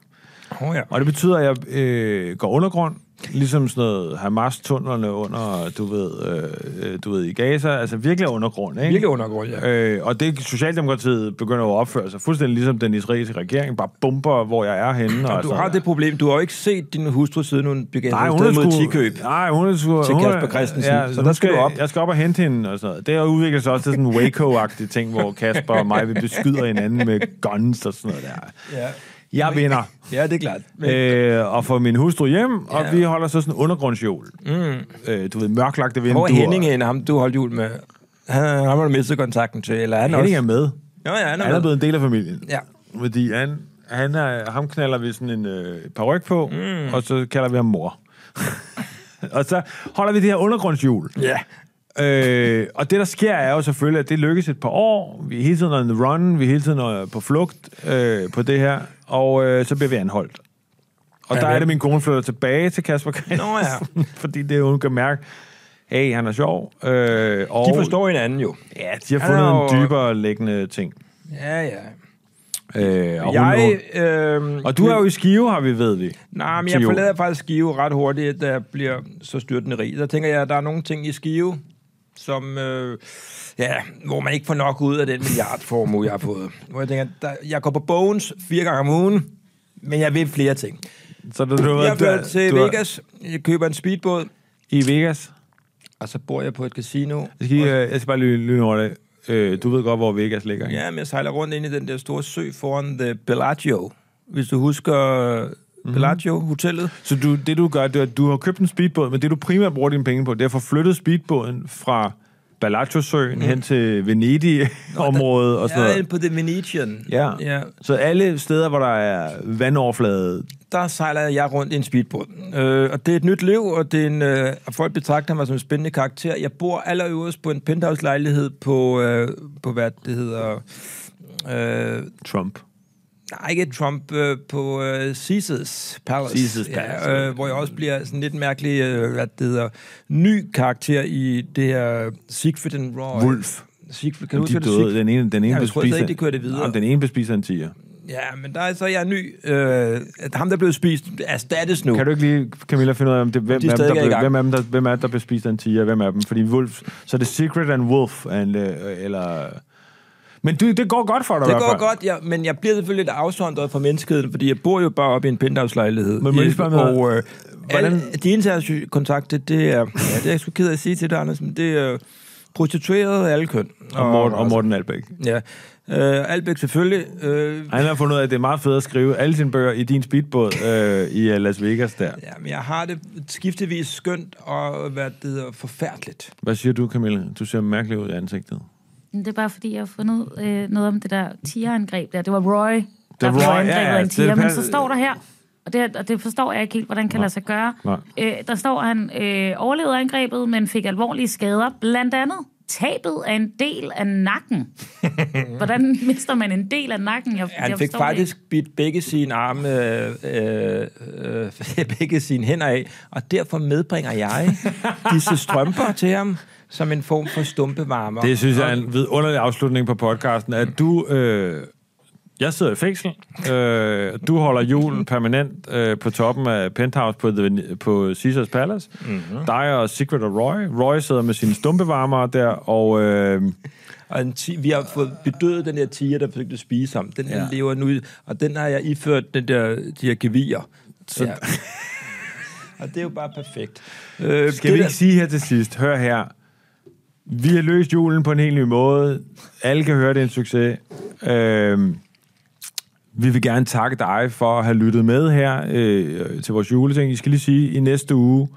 Speaker 1: Oh, ja.
Speaker 2: Og det betyder, at jeg øh, går undergrund, ligesom sådan noget Hamas-tunnelerne under, du ved, øh, øh, du ved, i Gaza. Altså virkelig undergrund, ikke?
Speaker 1: Virkelig undergrund, ja.
Speaker 2: Øh, og det Socialdemokratiet begynder jo at opføre sig fuldstændig ligesom den israelske regering, bare bomber, hvor jeg er henne. altså.
Speaker 1: Og du har det problem, du har jo ikke set din hustru siden hun begav sig
Speaker 2: Nej, hun
Speaker 1: afsted
Speaker 2: er
Speaker 1: mod
Speaker 2: sgu-
Speaker 1: Tikøb.
Speaker 2: Nej, hun er sgu...
Speaker 1: Til
Speaker 2: hun er-
Speaker 1: Kasper Christensen. Så der
Speaker 2: hun
Speaker 1: skal du op.
Speaker 2: Jeg skal op og hente hende og sådan noget. Det har udviklet sig også til sådan en Waco-agtig ting, hvor Kasper og mig vi beskyder hinanden med guns og sådan noget der.
Speaker 1: Ja.
Speaker 2: Jeg vinder.
Speaker 1: ja, det er klart. Men,
Speaker 2: Øh, og får min hustru hjem, og vi holder så sådan en undergrundsjul. Mm. Øh, du ved, mørklagte vinduer.
Speaker 1: hvor er Henning hende, ham du holdt jul med? Han, han har du mistet kontakten til, eller er han
Speaker 2: Henning er
Speaker 1: også?
Speaker 2: med.
Speaker 1: Jo, ja, han er,
Speaker 2: Han er
Speaker 1: med.
Speaker 2: blevet en del af familien.
Speaker 1: Ja.
Speaker 2: Fordi han, han er, ham knaller vi sådan en øh, paryk på, mm. og så kalder vi ham mor. og så holder vi det her undergrundsjul.
Speaker 1: Ja.
Speaker 2: Øh, og det, der sker, er jo selvfølgelig, at det lykkes et par år. Vi er hele tiden on the run, vi er hele tiden øh, på flugt øh, på det her, og øh, så bliver vi anholdt. Og der
Speaker 1: men-
Speaker 2: er det, min kone flytter tilbage til Kasper Christensen,
Speaker 1: Nå ja.
Speaker 2: fordi det, hun kan mærke, hey, han er sjov. Øh, og
Speaker 1: De forstår hinanden jo.
Speaker 2: Ja, de har
Speaker 1: Han er
Speaker 2: fundet en
Speaker 1: jo-
Speaker 2: dybere liggende ting.
Speaker 1: Ja, ja.
Speaker 2: Øh, og,
Speaker 1: Jeg,
Speaker 2: jeg,
Speaker 1: øh,
Speaker 2: og du er jo i Skive, har vi ved vi.
Speaker 1: Nej, men
Speaker 2: til
Speaker 1: jeg
Speaker 2: jul.
Speaker 1: forlader faktisk Skive ret hurtigt, da jeg bliver så styrtende rig. Der tænker jeg, at der er nogle ting i Skive, som, øh, ja, hvor man ikke får nok ud af den milliardformue, jeg har fået. Hvor jeg tænker, der, jeg går på Bones fire gange om ugen, men jeg vil flere ting.
Speaker 2: Så du, du,
Speaker 1: Jeg
Speaker 2: du,
Speaker 1: flytter til
Speaker 2: du er-
Speaker 1: Vegas, jeg køber en speedbåd,
Speaker 2: I Vegas.
Speaker 1: og så bor jeg på et casino.
Speaker 2: Jeg skal, lige, øh, jeg skal bare lige lyne over det. Øh, du ved godt, hvor Vegas ligger, ikke?
Speaker 1: Ja, men jeg sejler rundt ind i den der store sø foran The Bellagio. Hvis du husker
Speaker 2: Mhm.
Speaker 1: mm-hmm. Bellagio-hotellet.
Speaker 2: Så du, det, du gør, det er, at du har købt en speedbåd, men det, du primært bruger dine penge på, det er at få flyttet speedbåden fra Bellagio-søen mm. hen til Venedig-området og sådan
Speaker 1: Jeg er
Speaker 2: noget.
Speaker 1: inde på The Venetian.
Speaker 2: Ja.
Speaker 1: ja.
Speaker 2: Så alle steder, hvor der er vandoverflade,
Speaker 1: der sejler jeg rundt i en speedbåd. Øh, og det er et nyt liv, og det er en, øh, og folk betragter mig som en spændende karakter. Jeg bor allerøverst på en penthouse-lejlighed på, øh, på hvad det hedder... Øh,
Speaker 2: Trump.
Speaker 1: nej, ikke Trump, øh, på øh, Caesars Palace.
Speaker 2: Caesar's Palace,
Speaker 1: Ja, øh, hvor jeg også bliver sådan lidt mærkelig, øh, hvad det hedder, ny karakter i det her Siegfried and Roy.
Speaker 2: Wolf.
Speaker 1: Siegfried, kan du
Speaker 2: De
Speaker 1: huske, det
Speaker 2: døde. Den ene, den ene
Speaker 1: Jeg tror
Speaker 2: bespiser-
Speaker 1: slet ikke, de kørte det videre.
Speaker 2: Nå, den ene bespiser en tiger.
Speaker 1: Ja, men der er så jeg er ny. Øh, at ham, der blev spist, erstattes nu.
Speaker 2: Kan du ikke lige, Camilla, finde ud af, om det, hvem,
Speaker 1: Uh. De er
Speaker 2: er
Speaker 1: stadig
Speaker 2: dem, der,
Speaker 1: ikke i
Speaker 2: blev-
Speaker 1: gang.
Speaker 2: hvem, er dem, der, hvem er det, der bespiser en tiger, hvem er dem? Fordi Wolf, så er det Secret and Wolf, and, øh, eller... Men du, det går godt for dig i
Speaker 1: Det
Speaker 2: hvert
Speaker 1: går
Speaker 2: fald.
Speaker 1: godt, ja, men jeg bliver selvfølgelig lidt afsondret fra menneskeheden, fordi jeg bor jo bare oppe i en penthouse-lejlighed.
Speaker 2: Men må jeg lige spørge om noget?
Speaker 1: og, øh,
Speaker 2: Hvordan-
Speaker 1: alle, de interne kontakter, det er, ja, det er jeg sgu ked af at sige til dig, Anders, men det er øh, prostitueret af alle køn.
Speaker 2: Og Morten, og Morten Albæk.
Speaker 1: Ja. Øh, Albæk selvfølgelig. Øh,
Speaker 2: Han har fundet ud af, at det er meget fedt at skrive alle sine bøger i din speedbåd øh, i øh, Las Vegas der.
Speaker 1: ja, men jeg har det skiftevis skønt og hvad det hedder, forfærdeligt.
Speaker 2: Hvad siger du, Camilla? Du ser mærkelig ud i ansigtet.
Speaker 5: Det er bare fordi, jeg har fundet øh, noget om det der tigerangreb der. Det var Roy, der
Speaker 2: Roy,
Speaker 5: blev
Speaker 2: ja,
Speaker 5: angrebet
Speaker 2: ja,
Speaker 5: af en
Speaker 2: det
Speaker 5: tiger. Men
Speaker 2: passer-
Speaker 5: så står der her, og det, og det forstår jeg ikke helt, hvordan kan lade sig gøre.
Speaker 2: Nej.
Speaker 5: Øh, der står, at han øh, overlevede angrebet, men fik alvorlige skader. Blandt andet tabet af en del af nakken. hvordan mister man en del af nakken? Jeg,
Speaker 1: Han
Speaker 5: jeg
Speaker 1: fik
Speaker 5: forstår det
Speaker 1: faktisk bidt begge sine arme, øh, øh, øh, begge sine hænder af, og derfor medbringer jeg disse strømper til ham som en form for stumpe varmer.
Speaker 2: Det synes jeg er en vidunderlig afslutning på podcasten, at du... Øh, jeg sidder i fængsel. Øh, du holder julen permanent øh, på toppen af penthouse på, the, på Caesars Palace. Mm-hmm. Dig og Secret og Roy. Roy sidder med sine stumpevarmere der, og... Øh,
Speaker 1: Og en ti- vi har fået bedøvet den der tiger, der forsøgte at spise ham. Den
Speaker 2: Ja.
Speaker 1: ja. lever nu, i- og den har jeg iført den der, de her gevier. Så... Ja. og det er jo bare perfekt. Øh,
Speaker 2: Skal
Speaker 1: det
Speaker 2: vi ikke
Speaker 1: der-
Speaker 2: sige her til sidst, hør her, vi har løst julen på en helt ny måde. Alle kan høre, det er en succes. Øhm, vi vil gerne takke dig for at have lyttet med her øh, til vores juleting. I skal lige sige, i næste uge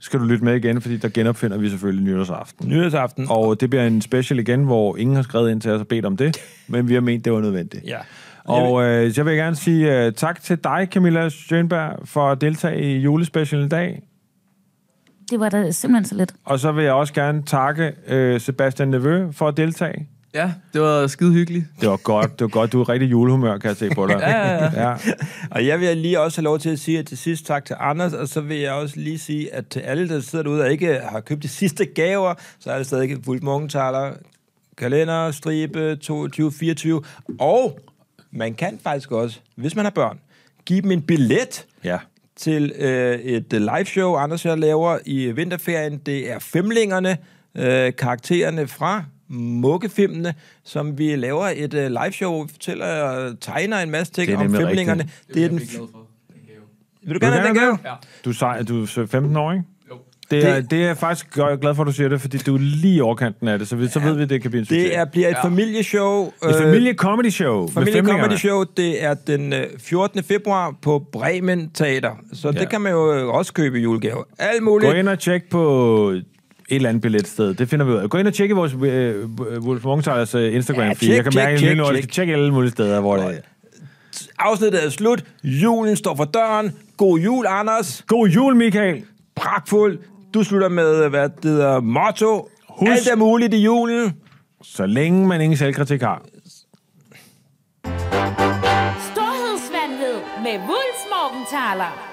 Speaker 2: skal du lytte med igen, fordi der genopfinder vi selvfølgelig nytårsaften.
Speaker 1: Nyhedsaften. Og...
Speaker 2: Og det bliver en special igen, hvor ingen har skrevet ind til os og bedt om det, men vi har ment, det var nødvendigt.
Speaker 1: Ja.
Speaker 2: Og øh, så vil jeg gerne sige øh, tak til dig, Camilla Schönberg, for at deltage i julespecialen i dag.
Speaker 5: ikke. Det var da simpelthen så lidt.
Speaker 2: Og så vil jeg også gerne takke øh, Sebastian Nevø for at deltage.
Speaker 4: Ja, det var skide hyggeligt.
Speaker 2: Det var godt, det var godt. Du er rigtig julehumør, kan jeg se på dig. ja, ja, ja.
Speaker 1: Og jeg vil lige også have lov til at sige at til sidst tak til Anders, og så vil jeg også lige sige, at til alle, der sidder derude og ikke har købt de sidste gaver, så er der stadig fuldt morgentaler, kalender, stribe 22, 24, og man kan faktisk også, hvis man har børn, give dem en billet
Speaker 2: ja.
Speaker 1: til øh, et øh, live show, Anders og jeg laver i vinterferien. Det er Femlingerne, øh, karaktererne fra Mukkefilmene, som vi laver et øh, live show, hvor vi fortæller og tegner en masse
Speaker 2: Det
Speaker 1: ting
Speaker 2: er
Speaker 1: om
Speaker 2: nemlig
Speaker 1: Femlingerne. Det er den...
Speaker 4: glad for. Den gave.
Speaker 1: Vil du gerne have den gave?
Speaker 4: Ja.
Speaker 2: Du er, sej, du er 15 år, ikke?
Speaker 4: Jo.
Speaker 2: Det er,
Speaker 1: Det-
Speaker 2: det er jeg faktisk gø- glad for, at du siger det, fordi du er lige i overkanten af det, så, vi, så ved vi, at det kan blive en succes.
Speaker 1: Det er, bliver et
Speaker 4: Ja.
Speaker 1: familieshow.
Speaker 2: et
Speaker 1: øh,
Speaker 2: familie-comedy-show.
Speaker 1: Familie Comedy Show, det er den øh, 14. februar på Bremen Teater. Så
Speaker 2: Ja.
Speaker 1: det kan man jo øh, også købe i julegave. Alt
Speaker 2: Gå
Speaker 1: muligt.
Speaker 2: ind og tjek på et eller andet billetsted. Det finder vi ud af. Gå ind og tjek i vores øh, øh, Wolf Mungtejers øh, Instagram,
Speaker 1: Ja,
Speaker 2: fordi
Speaker 1: tjek,
Speaker 2: jeg kan
Speaker 1: tjek,
Speaker 2: mærke, at
Speaker 1: tjek,
Speaker 2: jeg lige nu
Speaker 1: tjek.
Speaker 2: tjek alle mulige steder, hvor det er.
Speaker 1: Afsnittet er slut. Julen står for døren. God jul, Anders.
Speaker 2: God jul, Michael!
Speaker 1: pragtfuld. Du slutter med, hvad det hedder, motto.
Speaker 2: Husk-
Speaker 1: Husk. Alt er muligt i julen.
Speaker 2: Så længe man ingen selvkritik har.
Speaker 3: Storhedsvandved med Wulfs Morgenthaler.